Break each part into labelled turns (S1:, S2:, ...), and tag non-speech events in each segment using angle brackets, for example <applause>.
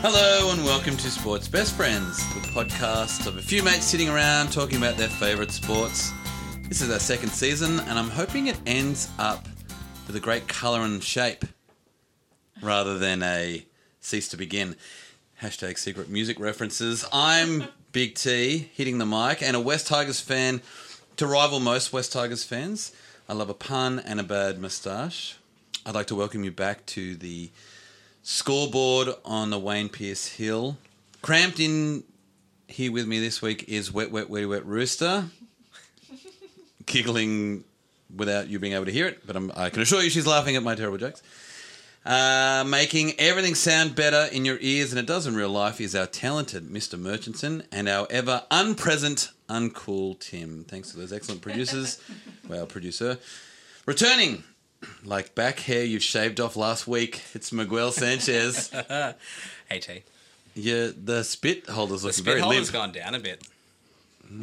S1: Hello and welcome to Sports Best Friends, the podcast of a few mates sitting around talking about their favourite sports. This is our second season, and I'm hoping it ends up with a great colour and shape rather than a cease to begin. Hashtag secret music references. I'm Big T hitting the mic and a West Tigers fan to rival most West Tigers fans. I love a pun and a bad moustache. I'd like to welcome you back to the scoreboard on the Wayne Pierce Hill. Cramped in here with me this week is Wet Wet Wetty Wet Rooster, giggling without you being able to hear it, but I'm, I can assure you she's laughing at my terrible jokes. Uh, making everything sound better in your ears than it does in real life is our talented Mr. Murchison and our ever unpresent, uncool Tim. Thanks to those excellent producers, well, producer. Returning like back hair you shaved off last week. It's Miguel
S2: <laughs>
S1: Sanchez.
S2: AT.
S1: yeah, the spit holder's
S2: The
S1: looking
S2: spit
S1: very
S2: hold has
S1: limp.
S2: gone down a bit.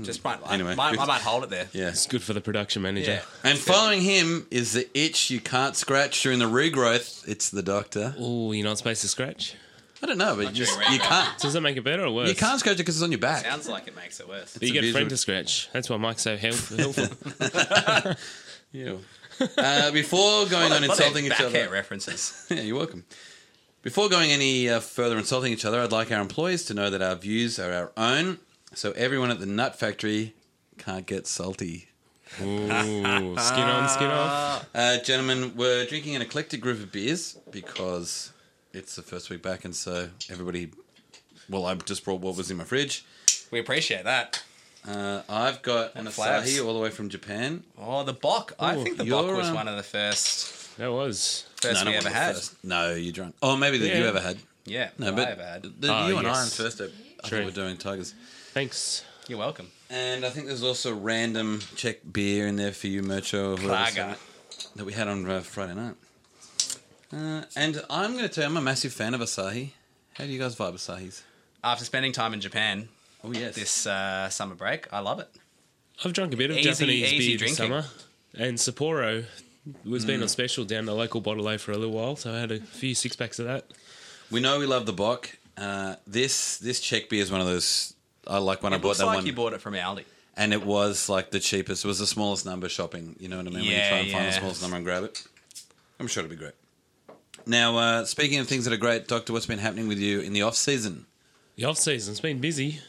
S2: Just might,
S1: Mm. Anyway.
S2: I, might, I might hold it there.
S1: Yeah.
S3: It's good for the production manager.
S2: Yeah.
S1: And following him is the itch you can't scratch during the regrowth. It's the doctor.
S3: Oh, you're not supposed to scratch.
S1: I don't know, but you, just,
S2: during
S1: you
S2: regrowth.
S1: can't.
S3: Does that make it better or worse?
S1: You can't scratch it because it's on your back.
S2: Sounds like it makes it worse.
S3: But you
S1: it's a
S3: get a
S1: visual-
S3: friend to scratch. That's why Mike's so
S1: <laughs>
S3: help- helpful.
S2: <laughs>
S1: Ew. Uh, before going on
S2: What are
S1: insulting
S2: they
S1: each
S2: back
S1: other,
S2: hair references.
S1: Yeah, you're welcome. Before going any uh, further insulting each other, I'd like our employees to know that our views are our own, so everyone at the Nut Factory can't get salty.
S3: Ooh, skin on, skin off.
S1: Uh, gentlemen, we're drinking an eclectic group of beers because it's the first week back, and so everybody. Well, I just brought what was in my fridge.
S2: We appreciate that.
S1: Uh, I've got an
S2: flags.
S1: asahi all the way from Japan.
S2: Oh, the Bok. I
S3: Ooh,
S2: think the
S1: you're,
S2: Bok was
S1: um,
S2: one of the first
S3: That was.
S2: first
S1: no,
S2: we
S1: not
S2: ever
S1: one of the
S2: had.
S1: first. No, you drunk. Oh, maybe that you
S3: Yeah.
S1: ever had.
S2: Yeah,
S1: No,
S2: I
S1: but
S2: ever had.
S1: the-
S3: Ah,
S1: you and I on
S3: yes.
S1: first. I I
S3: True.
S1: think we're doing Tigers.
S3: Thanks.
S2: You're welcome.
S1: And I think there's also random Czech beer in there for you, Mercho, or whoever
S2: Lager.
S1: sent it, that we had on uh, Friday night. Uh, and I'm going to tell you, I'm a massive fan of Asahi. How do you guys vibe Asahis?
S2: After spending time in Japan
S1: Oh, yes.
S2: this uh, summer break, I love it.
S3: I've drunk a bit of
S2: Easy-
S3: Japanese
S2: easy
S3: beer this
S2: drinking.
S3: summer. And Sapporo was
S1: Hmm.
S3: being on special down the local bottle for a little while, so I had a few six packs of that.
S1: We know we love the Bock. Uh, this this Czech beer is one of those. I like when I
S2: It
S1: bought
S2: looks
S1: that
S2: like
S1: one.
S2: you bought it from Aldi.
S1: and it was like the cheapest. It was the smallest number shopping. You know what I mean? when you
S2: Yeah,
S1: try and find the
S2: yeah.
S1: smallest number and grab it. I'm sure it'll be great. Now, uh, speaking of things that are great, Doctor, what's been happening with you in the off season?
S3: The off season's been busy.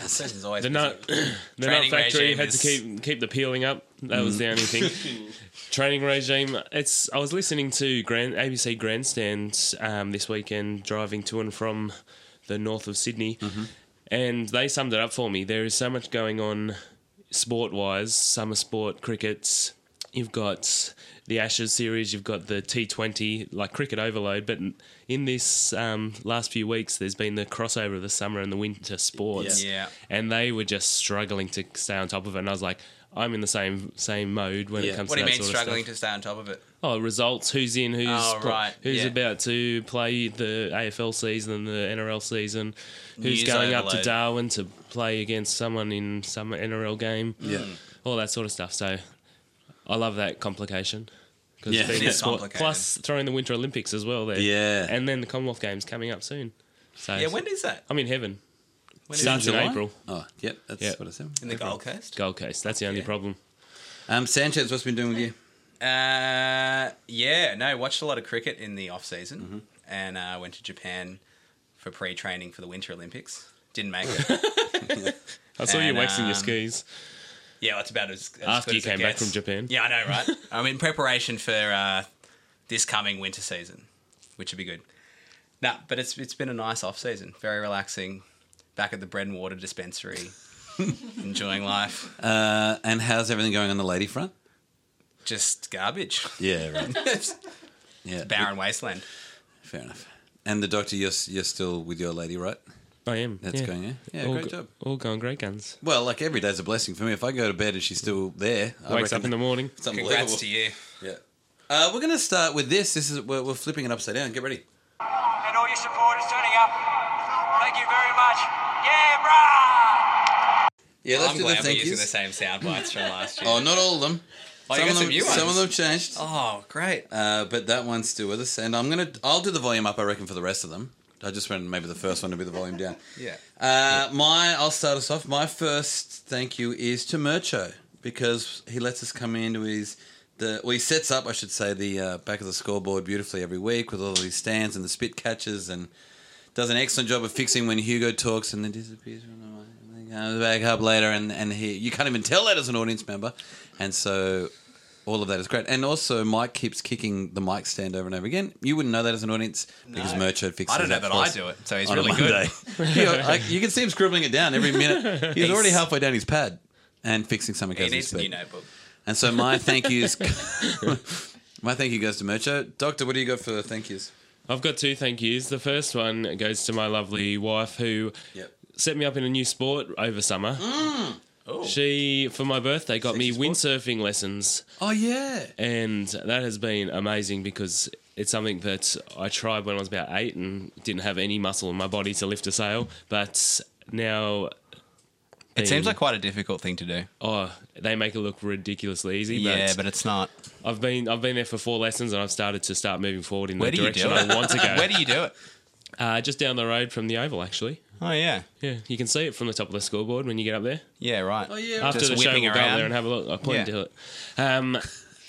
S2: This is always
S3: The
S2: busy.
S3: nut, <clears throat> the nut
S2: Training
S3: factory
S2: regime
S3: had to
S2: is-
S3: keep keep the peeling up. That was the only
S2: <laughs>
S3: thing. Training regime. It's. I was listening to Grand ABC Grandstand um, this weekend, driving to and from the north of Sydney,
S2: Mm-hmm.
S3: and they summed it up for me. There is so much going on, sport wise, summer sport, crickets. You've got the Ashes series. You've got the T20, like cricket overload. But in this um, last few weeks, there's been the crossover of the summer and the winter sports
S2: Yeah.
S3: and they were just struggling to stay on top of it. And I was like, I'm in the same same mode when
S1: Yeah.
S3: it comes
S2: What do
S3: to
S2: you
S3: that
S2: mean
S3: sort
S2: struggling
S3: of stuff.
S2: to stay on top of it?
S3: oh, results. Who's in? Who's
S2: Oh,
S3: pro-
S2: right,
S3: who's
S2: yeah.
S3: about to play the AFL season and the NRL season? Who's
S2: News
S3: going up to
S2: overload.
S3: Darwin to play against someone in some NRL game? all that sort of stuff. So I love that complication. 'Cause
S1: Yeah,
S3: being
S1: it
S3: a
S2: is
S3: sport-
S2: complicated.
S3: Plus throwing the Winter Olympics as well there.
S1: Yeah.
S3: and then the Commonwealth Games coming up soon. So
S2: Yeah, when is that?
S3: I'm in heaven.
S2: When is
S3: Starts
S2: it?
S3: in
S1: July?
S3: April.
S1: Oh, yep, that's
S3: Yep.
S1: what I said.
S2: In the Gold Coast?
S3: Gold Coast. That's the only
S2: Yeah.
S3: problem.
S1: Um, Sanchez, what's been doing with
S2: <laughs>
S1: you?
S2: Uh, yeah, no, watched a lot of cricket in the off season,
S1: Mm-hmm.
S2: and uh, went to Japan for pre-training for the Winter Olympics. Didn't make it. <laughs>
S3: I saw you
S2: And,
S3: waxing your
S2: um,
S3: skis.
S2: yeah, that's about as, as
S3: After
S2: good
S3: you
S2: as it
S3: came back
S2: gets.
S3: from Japan.
S2: Yeah, I know,
S3: <laughs>
S2: right? I'm in preparation for uh, this coming winter season, which would be good. Nah, but it's it's been a nice off season, very relaxing. Back at the bread and
S1: <laughs>
S2: water dispensary, enjoying life.
S1: Uh, and how's everything going on the lady front?
S2: Just garbage.
S1: Yeah, <laughs> right.
S2: It's
S1: Yeah,
S2: barren wasteland.
S1: Fair enough. And the doctor, you're s- you're still with your lady, right?
S3: I am.
S1: That's
S3: yeah.
S1: going. Yeah, yeah,
S3: all
S1: great
S3: go-
S1: job.
S3: All going great guns.
S1: Well, like every day's a blessing for me. If I go to bed and she's still there, I
S3: Wakes up
S1: reckon
S3: in the morning.
S1: it's unbelievable.
S2: Congrats to you.
S1: Yeah. Uh, we're going to start with this. This is we're, we're flipping it upside down. Get ready.
S4: and all your supporters turning up. Thank you very much. Yeah, brah!
S1: Yeah, let's
S2: I'm
S1: do
S2: glad
S1: the
S2: we're
S1: thank
S2: using
S1: yous.
S2: the same sound bites from
S1: <laughs>
S2: last year.
S1: Oh, not all of them.
S2: Oh, you
S1: some
S2: got
S1: of them,
S2: some new
S1: some of
S2: ones.
S1: them changed.
S2: Oh, great.
S1: Uh, but that one's still with us, and I'm gonna. I'll do the volume up. I reckon for the rest of them. I just went maybe the first one to be the volume down.
S2: Yeah.
S1: Uh, my, I'll start us off. My first thank you is to Mercho because he lets us come into his the well, he sets up, I should say, the uh, back of the scoreboard beautifully every week with all of his stands and the spit catches and does an excellent job of fixing when Hugo talks and then disappears from the mic and then comes back up later and and he you can't even tell that as an audience member, and so. All of that is great, and also Mike keeps kicking the mic stand over and over again. You wouldn't know that as an audience because
S2: No.
S1: Mercho fixes.
S2: I don't know
S1: that
S2: that
S1: for
S2: I
S1: us
S2: do it, so he's
S1: on
S2: really
S1: a
S2: good.
S1: Monday. you, know, like, you can see him scribbling it down every minute. He's already halfway down his pad and fixing something
S2: <laughs> He
S1: as we
S2: needs a new
S1: speak.
S2: notebook.
S1: And so my thank
S3: <laughs>
S1: yous, <laughs> my thank you goes to Mercho. Doctor, what do you got for thank yous?
S3: I've got two thank yous. The first one goes to my lovely wife who
S1: Yep.
S3: set me up in a new sport over summer.
S2: Oh,
S3: She, for my birthday, got me
S1: Sexy
S3: windsurfing lessons,
S1: Oh yeah.
S3: and that has been amazing because it's something that I tried when I was about eight and didn't have any muscle in my body to lift a sail. But now,
S2: it seems like quite a difficult thing to do.
S3: oh, they make it look ridiculously easy.
S2: Yeah, but it's not.
S3: I've been I've been there for four lessons, and I've started to start moving forward in
S2: Where
S3: the
S2: do you
S3: direction
S2: do
S3: I
S2: it?
S3: want to
S2: <laughs>
S3: go.
S2: Where do you do it?
S3: uh, just down the road from the oval, actually.
S2: Oh yeah,
S3: Yeah, you can see it from the top of the scoreboard when you get up there.
S2: yeah, right.
S1: Oh yeah.
S3: After
S2: Just
S3: the show,
S2: whipping
S3: we'll go up
S2: around.
S3: there and have a look. I
S2: Yeah.
S3: pointed to it. Um,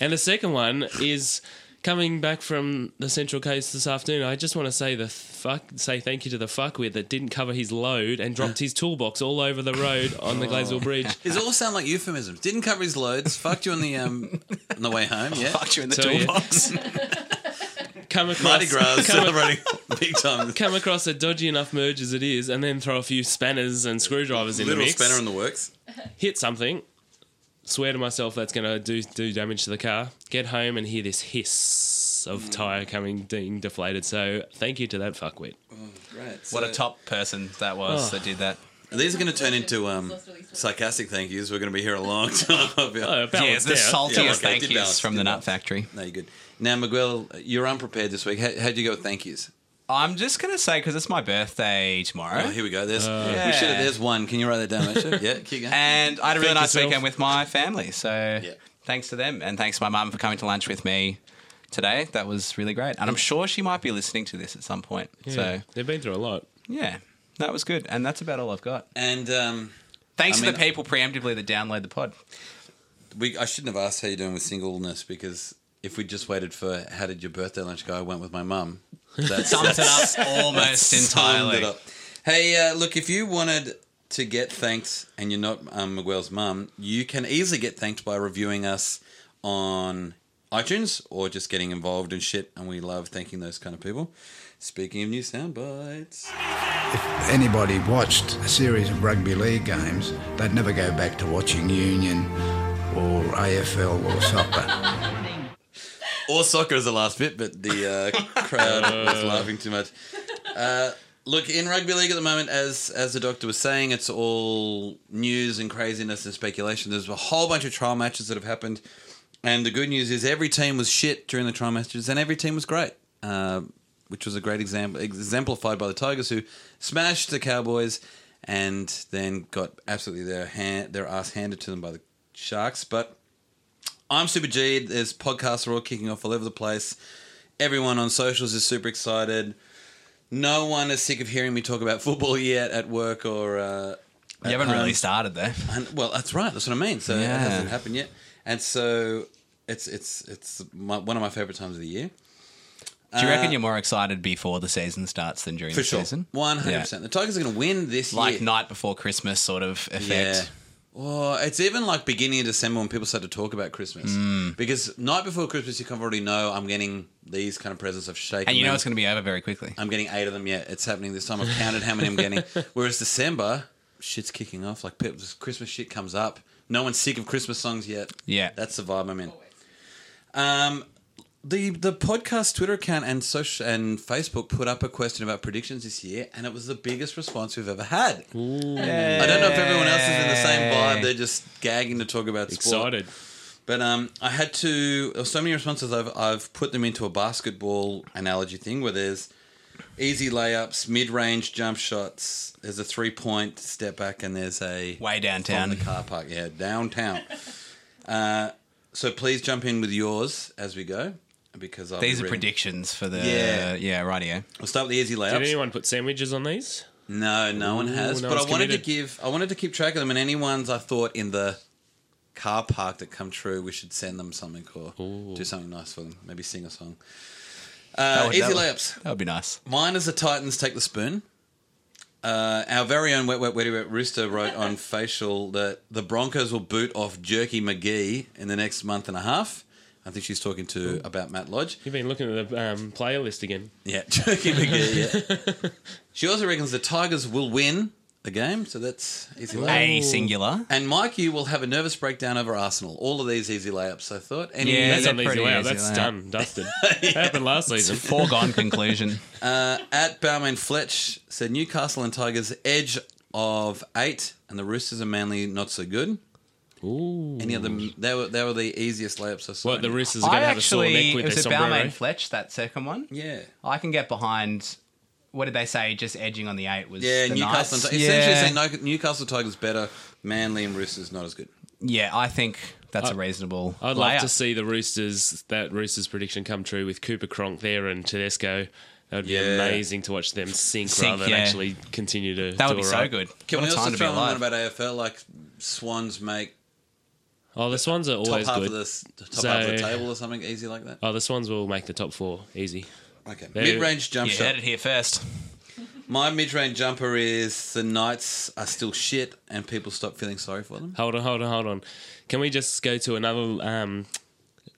S3: and the second one is coming back from the Central Coast this afternoon. I just want to say the fuck, say thank you to the fuckwit that didn't cover his load and dropped his toolbox all over the road on the
S1: Oh.
S3: Glazeville Bridge.
S1: These all sound like euphemisms. Didn't cover his loads. fucked you on the um on the way home. Yeah.
S2: Fucked you in the
S3: Tell you.
S2: toolbox.
S3: Come across,
S1: Mardi Gras
S3: Come,
S1: celebrating big time.
S3: come across a dodgy enough merge as it is, and then throw a few spanners and screwdrivers in the
S1: Little
S3: mix.
S1: spanner in the works.
S3: hit something, swear to myself that's going to do do damage to the car. Get home and hear this hiss
S2: Mm.
S3: of tire coming being deflated. So thank you to that fuckwit.
S1: Right.
S2: What a top person that was
S3: Oh.
S2: that did that.
S1: These are going to turn into um sarcastic thank yous. We're going to be here a long <laughs> time. I feel.
S3: Oh,
S2: Yeah,
S3: balanced
S2: the
S3: out.
S2: saltiest
S1: Yeah, okay,
S2: thank
S1: did
S2: yous
S1: balance,
S2: from
S1: did
S2: the Nut
S1: balance.
S2: Factory.
S1: No, you're good. Now, Miguel, you're unprepared this week. How, how'd you go with thank yous?
S2: I'm just gonna say because it's my birthday tomorrow,
S1: Oh, here we go. There's
S2: Uh, Yeah.
S1: we should have, there's one. Can you write that down? Richard? yeah, keep going.
S2: <laughs> and I had a really
S3: Thank
S2: nice
S3: yourself.
S2: weekend with my family. So thanks to them, and thanks to my mum for coming to lunch with me today. That was really great, and I'm sure she might be listening to this at some point.
S3: Yeah,
S2: So
S3: they've been through a lot.
S2: yeah, that was good, and that's about all I've got.
S1: And um,
S2: Thanks
S1: I
S2: to
S1: mean-
S2: the people preemptively that download the pod.
S1: we I shouldn't have asked how you're doing with singleness because if we just waited for how did your birthday lunch go, I went with my
S2: <laughs>
S1: mum. That's
S2: Sums it up almost
S1: summed
S2: entirely.
S1: it up. Hey, uh, look, if you wanted to get thanked and you're not um, Miguel's mum, you can easily get thanked by reviewing us on iTunes or just getting involved in shit. And we love thanking those kind of people. Speaking of new sound bites.
S5: anybody watched a series of rugby league games, they'd never go back to watching Union or AFL or soccer.
S1: or soccer is the last bit, but the uh, crowd was laughing too much. Uh, look, in rugby league at the moment, as as the doctor was saying, it's all news and craziness and speculation. There's a whole bunch of trial matches that have happened, and the good news is every team was shit during the trial matches, and every team was great, uh, which was a great example exemplified by the Tigers, who smashed the Cowboys, and then got absolutely their hand their ass handed to them by the Sharks, but. I'm Super G. There's podcasts are all kicking off all over the place. Everyone on socials is super excited. No one is sick of hearing me talk about football yet at work or. Uh,
S2: You
S1: at
S2: haven't
S1: home.
S2: really started there.
S1: And, well, that's right. That's what I mean. So
S2: Yeah.
S1: it hasn't happened yet, and so it's it's it's my, one of my favorite times of the year.
S2: Do you reckon you're more excited before the season starts than during
S1: uh, For
S2: the
S1: sure,
S2: season?
S1: one hundred percent. The Tigers are going to win this
S2: Like
S1: year.
S2: night before Christmas sort of effect.
S1: Yeah. Well, it's even like beginning of December when people start to talk about Christmas
S2: Mm.
S1: because night before Christmas you kind of already know I'm getting these kind of presents. I've shaken,
S2: And you know
S1: them.
S2: it's going to be over very quickly.
S1: I'm getting eight of them yet. It's happening this time. I've counted how many I'm getting. Whereas December, shit's kicking off. Like pe- this Christmas shit comes up. No one's sick of Christmas songs yet.
S2: Yeah.
S1: that's the vibe I'm in. Um, the the podcast Twitter account and social and Facebook put up a question about predictions this year, and it was the biggest response we've ever had. I don't know if everyone else is in the same vibe. They're just gagging to talk about sport.
S3: Excited.
S1: But um, I had to. There were so many responses. I've I've put them into a basketball analogy thing where there's easy layups, mid range jump shots. There's a three point step back, and there's a
S2: Way
S1: from
S2: downtown.
S1: the car park.
S2: <laughs>
S1: Yeah, downtown. uh, so please jump in with yours as we go. because I've
S2: These are
S1: written-
S2: predictions for the
S1: Yeah.
S2: yeah, yeah radio.
S1: We'll start with the easy
S3: Did
S1: layups.
S3: anyone put sandwiches on these?
S1: No, no one
S3: Ooh,
S1: has.
S3: no
S1: but I
S3: one's
S1: wanted to
S3: committed.
S1: give. I wanted to keep track of them, and any ones I thought in the car park that come true, we should send them something or do something nice for them. Maybe sing a song. Uh,
S2: would-
S1: easy
S2: that would-
S1: layups.
S2: That would be nice.
S1: Mine is the Titans take the spoon. Uh, our very own wet wet wetty wet rooster wrote
S3: <laughs>
S1: on facial that the Broncos will boot off Jerky McGee in the next month and a half. I think she's talking to about Matt Lodge.
S3: You've been looking at the um, player list again.
S1: Yeah, <laughs> Jerky McGee. Yeah. <laughs> she also reckons the Tigers will win the game, so that's easy.
S3: Oh.
S1: layup.
S2: A singular.
S1: And Mikey will have a nervous breakdown over Arsenal. All of these easy layups, I thought. Any,
S2: Yeah,
S3: That's
S2: they're
S3: not easy.
S2: pretty
S3: Wow,
S2: easy,
S3: that's
S2: they are. <laughs>
S3: done, dusted. That happened last season. <laughs>
S2: Foregone conclusion.
S1: uh, at Bowman Fletch said Newcastle and Tigers edge of eight, and the Roosters and Manly not so good.
S3: Ooh.
S1: Any other? They were they were the easiest layups I saw.
S3: What the Roosters are
S2: I
S3: going to have a sore
S2: actually
S3: neck
S2: it
S3: with their
S2: was a Balmain
S3: sombrero.
S2: Fletch that second one.
S1: Yeah.
S2: I can get behind. What did they say? Just edging on the eight was
S1: Yeah,
S2: the
S1: Newcastle.
S2: Knights.
S1: And, essentially, saying no, Newcastle Tigers better, Manly and Roosters not as good.
S2: yeah, I think that's a reasonable.
S3: I'd love
S2: layout.
S3: to see the Roosters that Roosters prediction come true with Cooper Cronk there and Tedesco. That would be
S1: Yeah.
S3: amazing to watch them sink,
S2: Sink,
S3: rather than
S2: yeah.
S3: actually continue to.
S2: That
S3: do
S2: would be
S3: all
S2: so
S3: right.
S2: good.
S1: Can
S2: What
S1: we
S2: a time
S1: also
S2: to be
S1: throw in one
S2: alive.
S1: about AFL? Like Swans make
S3: Oh, the Swans are
S1: top
S3: always
S1: half of
S3: good.
S1: the s- top
S3: So-
S1: half of the table or something easy like that.
S3: Oh, the Swans will make the top four easy.
S1: Okay,
S3: They're-
S1: mid range jump
S2: Oh, You
S1: shot.
S2: heard it here first.
S1: My mid-range jumper is the Knights are still shit, and people stop feeling sorry for them.
S3: Hold on, hold on, hold on. Can we just go to another um,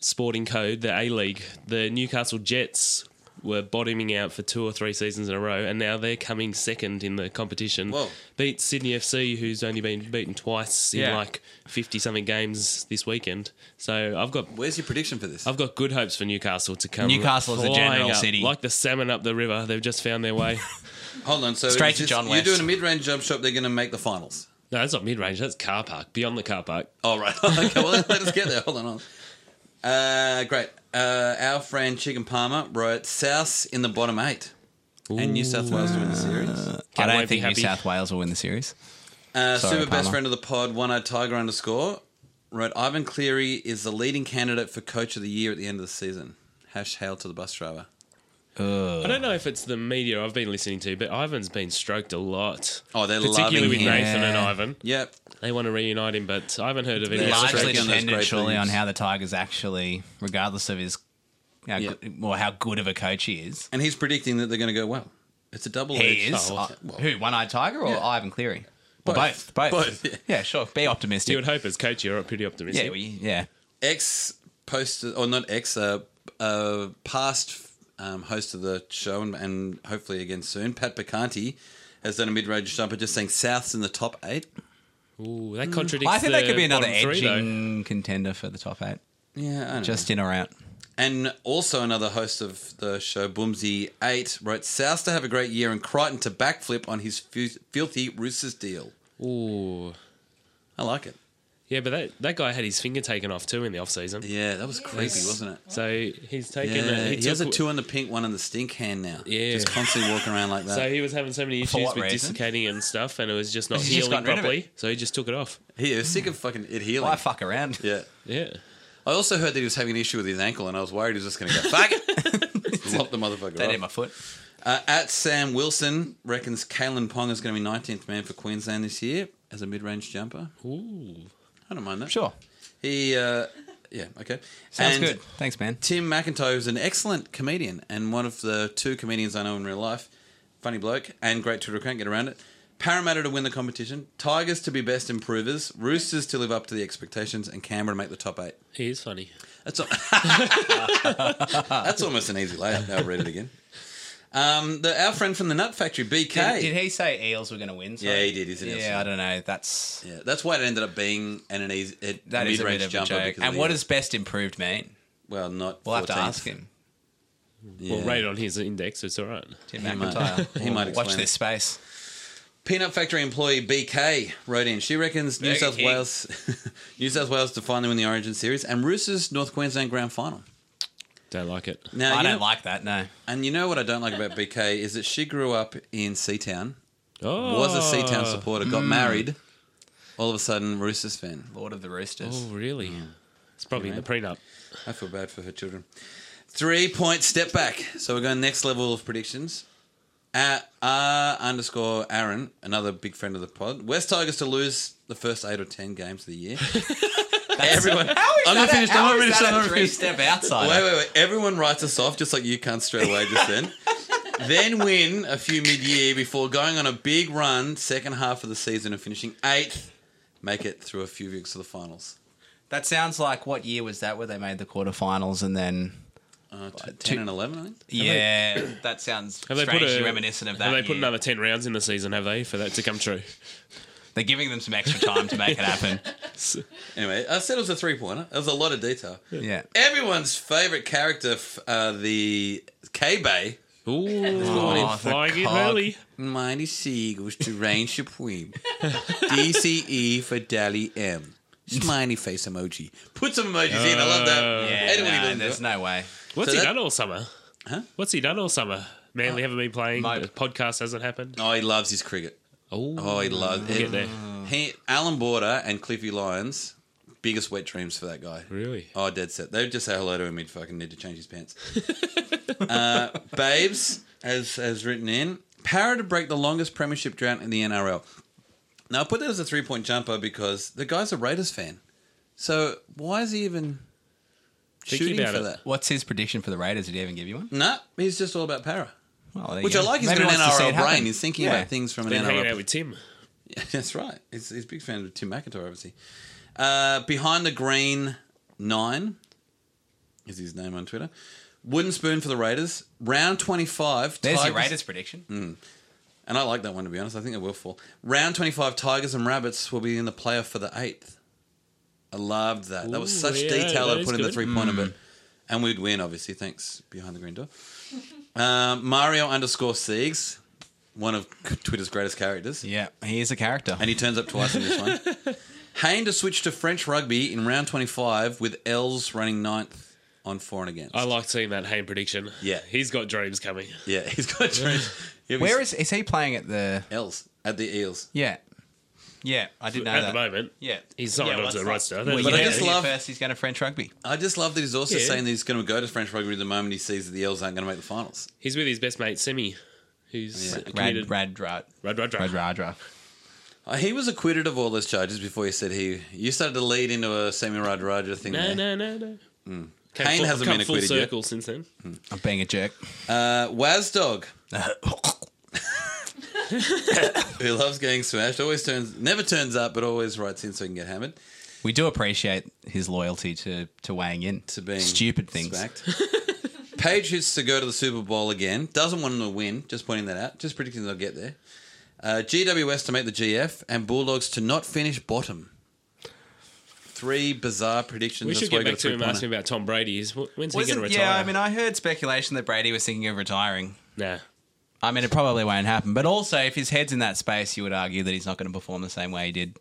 S3: sporting code, the A League? The Newcastle Jets were bottoming out for two or three seasons in a row, and now they're coming second in the competition.
S1: Whoa.
S3: Beat Sydney FC, who's only been beaten twice in
S2: Yeah.
S3: like 50 something games this weekend. So I've got.
S1: Where's your prediction for this?
S2: Oh.
S3: I've got good hopes for Newcastle to come.
S2: Newcastle is a
S3: flying
S2: general
S3: up,
S2: city.
S3: like the salmon up the river. They've just found their way. <laughs>
S1: Hold on, so
S2: Straight
S1: is
S2: to
S1: this-
S2: John
S1: You're
S2: West.
S1: doing a mid-range jump shot. They're going to make the finals.
S3: no, that's not mid range. That's car park beyond the car park.
S1: All right. <laughs> okay. Well, let us get there. Hold on. Hold on. Uh, great. Uh, our friend Chicken Palmer wrote South in the bottom eight, and New South Wales to win the series.
S2: I
S3: wait, be
S2: don't think New
S3: happy.
S2: South Wales will win the series.
S1: Uh,
S2: Sorry,
S1: super best
S2: Palmer.
S1: friend of the pod, one eyed tiger underscore, wrote Ivan Cleary is the leading candidate for coach of the year at the end of the season. Hash hail to the bus driver.
S3: I don't know if it's the media I've been listening to, but Ivan's been stroked a lot.
S1: Oh, they're
S3: particularly
S1: loving
S3: with
S1: him.
S3: Nathan and
S2: Yeah.
S3: Ivan.
S1: Yep.
S3: They want to reunite him, but I haven't heard of any.
S1: Yeah, Largely
S2: largely
S1: striking on those
S2: dependent,
S1: great
S2: surely,
S1: things.
S2: on how the Tigers actually, regardless of his, how
S1: Yeah.
S2: good, or how good of a coach he is.
S1: And he's predicting that they're going to go well. It's a double
S2: He
S1: edged.
S2: is
S3: Oh, well,
S2: uh, who One Eyed Tiger or
S1: Yeah.
S2: Ivan Cleary
S1: Both.
S2: Or both. both
S1: Both, <laughs> yeah.
S2: yeah sure be optimistic
S3: You would hope as coach you're pretty optimistic.
S2: yeah we, yeah
S1: Ex posted, or not ex, uh, uh, past um, host of the show and, and hopefully again soon, Pat Picanti has done a mid range jumper just saying South's in the top eight.
S3: Ooh, that contradicts.
S2: I think that
S3: the
S2: could be another
S3: bottom three, though.
S2: edging contender for the top eight
S1: Yeah, I don't know.
S2: just in or out
S1: And also another host of the show, Boomsy8, wrote South to have a great year and Crichton to backflip on his fu- filthy Roosters deal.
S3: Ooh,
S1: I like it.
S3: yeah, but that, that guy had his finger taken off too in the off season.
S1: Yeah, that was creepy, wasn't it?
S3: So he's taken.
S1: Yeah,
S3: a,
S1: he, has a
S3: uh, took-
S1: two in the pink, one in the stink hand now.
S3: Yeah.
S1: Just constantly walking around like that.
S3: <laughs> So he was having so many issues
S2: what
S3: with
S2: reason?
S3: dislocating and stuff, and it was just not
S2: He's just
S3: healing
S2: gotten rid of it.
S3: properly. So he just took it off.
S1: he is sick of fucking it healing.
S2: why fuck around
S1: yeah.
S3: Yeah,
S1: I also heard that he was having an issue with his ankle, and I was worried he was just going to go, fuck it. Lop the motherfucker
S2: that
S1: off.
S2: hit my foot
S1: Uh, at Sam Wilson reckons Kalen Pong is going to be 19th man for Queensland this year as a mid range jumper.
S3: ooh,
S1: I don't mind that.
S2: sure
S1: He, uh, yeah, okay.
S2: sounds
S1: And
S2: good thanks man
S1: Tim McIntyre is an excellent comedian and one of the two comedians I know in real life. Funny bloke and great Twitter account, get around it. Parramatta to win the competition, Tigers to be best improvers, Roosters to live up to the expectations, and Canberra to make the top eight.
S3: he is funny.
S1: That's, al- <laughs> That's almost an easy layout. Now I'll read it again. Um, the, our friend from the Nut Factory, BK.
S2: did, did he say eels were going to win Sorry.
S1: Yeah, he did, he's an Eels
S2: yeah I don't know that's
S1: yeah, that's why it ended up being an, an easy a
S2: that is a
S1: mid-range
S2: bit of a
S1: jumper.
S2: joke
S1: because
S2: and
S1: of
S2: what
S1: the- uh,
S2: does best improved mean
S1: well, not
S2: we'll have to
S1: 14th.
S2: ask him
S1: Yeah.
S3: Well, rate on his index, it's all right.
S2: Tim
S1: He might- <laughs>
S2: McIntyre
S1: he might
S2: watch
S1: explain it.
S2: this space
S1: Peanut Factory employee BK wrote in. She reckons New
S2: Burger
S1: South
S2: King.
S1: Wales, <laughs> New South Wales to finally win the Origin series and Roosters North Queensland Grand Final.
S3: Don't like it.
S1: Now
S2: I
S1: you
S2: don't
S1: know-
S2: like that no
S1: and you know what I don't like about BK is that she grew up in Seatown,
S3: Oh,
S1: was a Seatown supporter, got
S2: Hmm.
S1: married, all of a sudden Roosters fan.
S2: Lord of the Roosters
S3: Oh, really? It's probably in the prenup.
S1: I feel bad for her children. Three point step back. So we're going next level of predictions. At R underscore Aaron, another big friend of the pod. West Tigers to lose the first eight or ten games of the
S2: <laughs>
S1: year. Everyone, I'm
S2: How
S1: not
S2: is
S1: finished.
S2: that
S1: I'm not
S2: a- how is
S1: finished.
S2: that
S1: I'm
S2: a
S1: not
S2: three
S1: finished.
S2: step
S1: <laughs>
S2: outside.
S1: Wait, wait, wait. Everyone writes us off just like you can't straight away just
S2: <laughs>
S1: then. then win a few mid year before going on a big run second half of the season and finishing eighth, make it through a few weeks to the finals.
S2: That sounds like what year was that where they made the quarterfinals and then
S1: Uh, t- 10 and 11, I think.
S2: yeah, <coughs> that sounds
S3: Have they put
S2: strangely
S3: a-
S2: reminiscent of that.
S3: Have they put
S2: year.
S3: another ten rounds in the season? Have they for that to come true?
S2: They're giving them some extra time to make it happen.
S1: Anyway, I said it was a three pointer. That was a lot of detail.
S2: <laughs> Yeah.
S1: Everyone's favourite character, f- uh, the K Bay.
S3: Ooh,
S2: Oh, the
S3: flying in
S2: cog.
S3: early.
S1: Mighty Seagulls to Rain Supreme. DCE for Dally M. Smiley face emoji. Put some emojis in. I love that.
S2: Yeah,
S1: Anyone who
S2: no,
S1: doesn't do
S2: there's
S1: it.
S2: no way.
S3: What's
S1: So
S3: he
S1: that-
S3: done all summer?
S1: Huh?
S3: What's he done all summer? Manly haven't been playing.
S2: Mope.
S3: The podcast hasn't happened.
S1: Oh, he loves his cricket. Oh, he loves
S3: We'll
S1: it.
S3: get there.
S1: He, Alan Border and Cliffy Lyons, biggest wet dreams for that guy.
S3: Really?
S1: Oh, dead set. They would just say hello to him. He'd fucking need to change his
S3: <laughs>
S1: pants. uh, Babes, as as written in, Para to break the longest premiership drought in the NRL. Now I put that as a three point jumper because the guy's a Raiders fan. So why is he even
S3: Thinking
S1: shooting
S3: about
S1: for
S3: it.
S1: that?
S2: What's his prediction for the Raiders? Did he even give you one?
S1: No, he's just all about Para.
S2: Well, there you
S1: Which
S2: go.
S1: I like. He's
S2: Maybe
S1: got an
S2: he wants to see it
S1: NRL
S2: happen.
S1: brain. He's thinking
S2: Yeah.
S1: about things from an
S3: Been
S1: NRL
S3: hanging
S1: perspective.
S3: out with Tim.
S1: That's right. He's, he's a big fan of Tim McIntyre, obviously. Uh, Behind the Green Nine is his name on Twitter. Wooden Spoon for the Raiders. Round 25.
S2: There's your
S1: Tigers- Mm.
S2: Raiders prediction.
S1: And I like that one, to be honest. I think it will fall. Round 25, Tigers and Rabbits will be in the playoff for the eighth. I loved that. that was
S3: Ooh,
S1: such
S3: yeah,
S1: detail
S3: that
S1: I
S3: is
S1: put in the
S3: good. Hmm.
S1: three pointer, but. And we'd win, obviously. Thanks, Behind the Green Door. <laughs> Um, Mario underscore Siegs, one of Twitter's greatest characters.
S2: Yeah, he is a character.
S1: And he turns up twice in this one. Hayne to switch to French rugby in round 25 with Els running ninth on for and against.
S3: I like seeing that Hayne prediction.
S1: Yeah.
S3: he's got dreams coming.
S1: yeah, <laughs> he's got dreams.
S2: Where is is he playing at the?
S1: Els? At the Eels.
S2: Yeah, yeah, I did know
S3: At
S2: that.
S3: the moment,
S2: Yeah,
S3: he's signed
S2: yeah,
S3: on to the roster.
S2: Well,
S1: But I
S2: yeah,
S1: just
S2: yeah,
S1: love-
S2: first he's going to French rugby.
S1: I just love that he's also
S3: Yeah.
S1: saying that he's going to go to French rugby the moment he sees that the Eels aren't going to make the finals.
S3: he's with his best mate Simi, who's
S1: Yeah.
S3: committed.
S2: Rad, rad, rad,
S3: Rad, rad, rad.
S2: rad, rad, rad.
S1: Uh, he was acquitted of all those charges before he said he. You started to lead into a Sammy Radaraja thing
S3: No,
S1: there.
S3: no, no, no. Came
S1: Hayne
S3: full-
S1: hasn't
S3: come
S1: been
S3: full
S1: acquitted yet.
S3: circle since then.
S2: I'm being
S1: <laughs>
S2: a jerk.
S1: Uh, Wazdog, who loves getting smashed, always turns, never turns up, but always writes in so he can get hammered.
S2: we do appreciate his loyalty to to weighing in
S1: to being
S2: stupid things.
S1: smacked. <laughs> Page hits to go to the Super Bowl again. Doesn't want them to win. Just pointing that out. Just predicting they'll get there. Uh, GWS to make the GF and Bulldogs to not finish bottom. Three bizarre predictions.
S3: We should
S1: That's why we
S3: get
S1: got
S3: back to him
S1: three-pointer.
S3: asking about Tom Brady. Is when's he going to
S2: Wasn't,
S3: retire?
S2: yeah, I mean, I heard speculation that Brady was thinking of retiring.
S3: nah.
S2: I mean, it probably won't happen. But also, if his head's in that space, you would argue that he's not going to perform the same way he did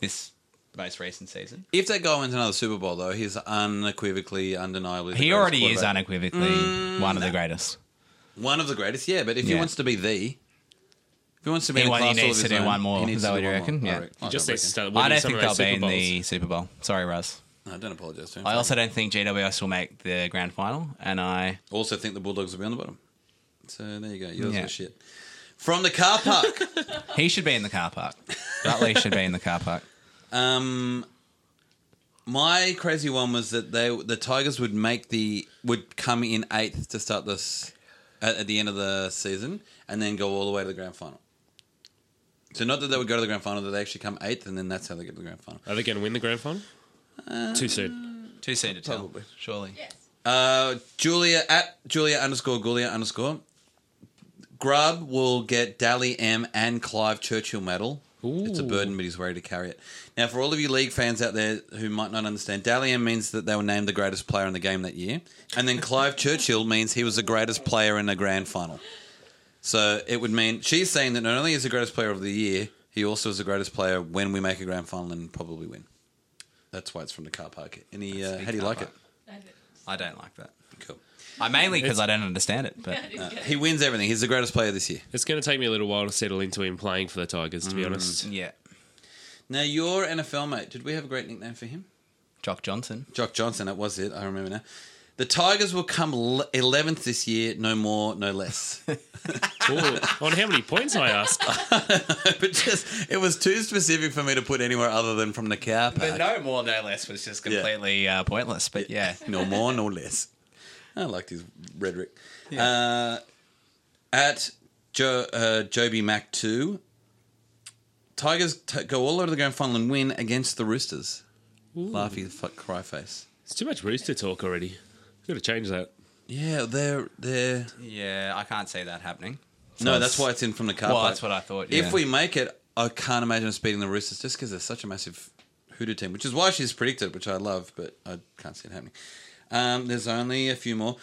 S2: this most recent season.
S1: If that guy wins another Super Bowl, though, he's unequivocally, undeniably. the
S2: He
S1: greatest
S2: already is
S1: quarterback.
S2: unequivocally
S3: Mm.
S2: one of the greatest.
S1: one of the greatest. Yeah, but if he
S2: Yeah.
S1: wants to be the, if he wants to be,
S2: He
S1: in a
S2: want- he
S1: class all
S2: needs
S1: of
S2: to
S1: his
S2: do
S1: own,
S2: one more.
S1: he needs
S2: Is
S1: to
S2: that
S1: do
S2: what you
S1: one
S2: reckon?
S1: more. I
S2: Yeah.
S1: reckon. I
S3: Just
S1: don't
S3: needs to
S1: reckon.
S3: start
S2: I
S3: winning
S2: don't
S3: some
S2: think
S3: of
S2: they'll
S3: those
S2: be
S3: Super
S2: in
S3: Bowls.
S2: the Super Bowl. Sorry, Russ.
S1: I don't apologise to him.
S2: I also don't think GWS will make the grand final, and I
S1: Also think the Bulldogs will be on the bottom. So there you go. Yours
S2: Yeah.
S1: was shit. From the car park. <laughs>
S2: he should be in the car park. Rutley should be in the car park.
S1: um, my crazy one was that they the Tigers would make the would come in eighth to start this at, at the end of the season and then go all the way to the grand final. So not that they would go to the grand final, that they actually come eighth and then that's how they get to the grand final.
S3: Are they going to win the grand final?
S2: Uh,
S3: Too soon.
S2: Too soon to tell,
S1: Probably.
S2: surely.
S1: Uh, Julia at Julia underscore Gulia underscore. Grub will get Dally M and Clive Churchill medal. It's a
S3: Ooh.
S1: burden, but he's ready to carry it. Now, for all of you league fans out there who might not understand, Dally M means that they were named the greatest player in the game that year, and then
S2: <laughs>
S1: Clive Churchill means he was the greatest player in the grand final. So it would mean she's saying that not only is the greatest player of the year, he also is the greatest player when we make a grand final and probably win. That's why it's from the car park. Any, uh,
S2: big
S1: how do you
S2: car
S1: like
S2: park.
S1: it?
S2: I don't like that.
S1: Cool.
S2: I mainly because I don't understand it, but
S1: He wins everything. He's the greatest player this year.
S3: It's going to take me a little while to settle into him playing for the Tigers,
S2: Mm.
S3: to be honest.
S2: yeah,
S1: Now, your NFL mate, did we have a great nickname for him?
S2: Jock Johnson.
S1: Jock Johnson, that was it. I remember now. The Tigers will come le- 11th this year, no more, no less. <laughs>
S3: Ooh, on how many points I asked?
S1: but just, it was too specific for me to put anywhere other than from the cow pack.
S2: But no more, no less was just completely uh, pointless. But yeah.
S1: <laughs> no more, no less. I liked his rhetoric. Uh, at jo- uh, Joby Mac 2, Tigers t- go all over the grand final and win against the Roosters. Laughy fuck cry face.
S3: It's too much rooster talk already. Got to change that.
S1: Yeah, they're they're
S2: Yeah, I can't see that happening.
S1: no. That's
S2: <laughs>
S1: why it's in from the car.
S2: Well,
S1: park.
S2: that's what I thought. yeah.
S1: If we make it, I can't imagine us beating the Roosters just because they're such a massive hoodoo team, which is why she's predicted, which I love, but I can't see it happening. Um, there's only a few more.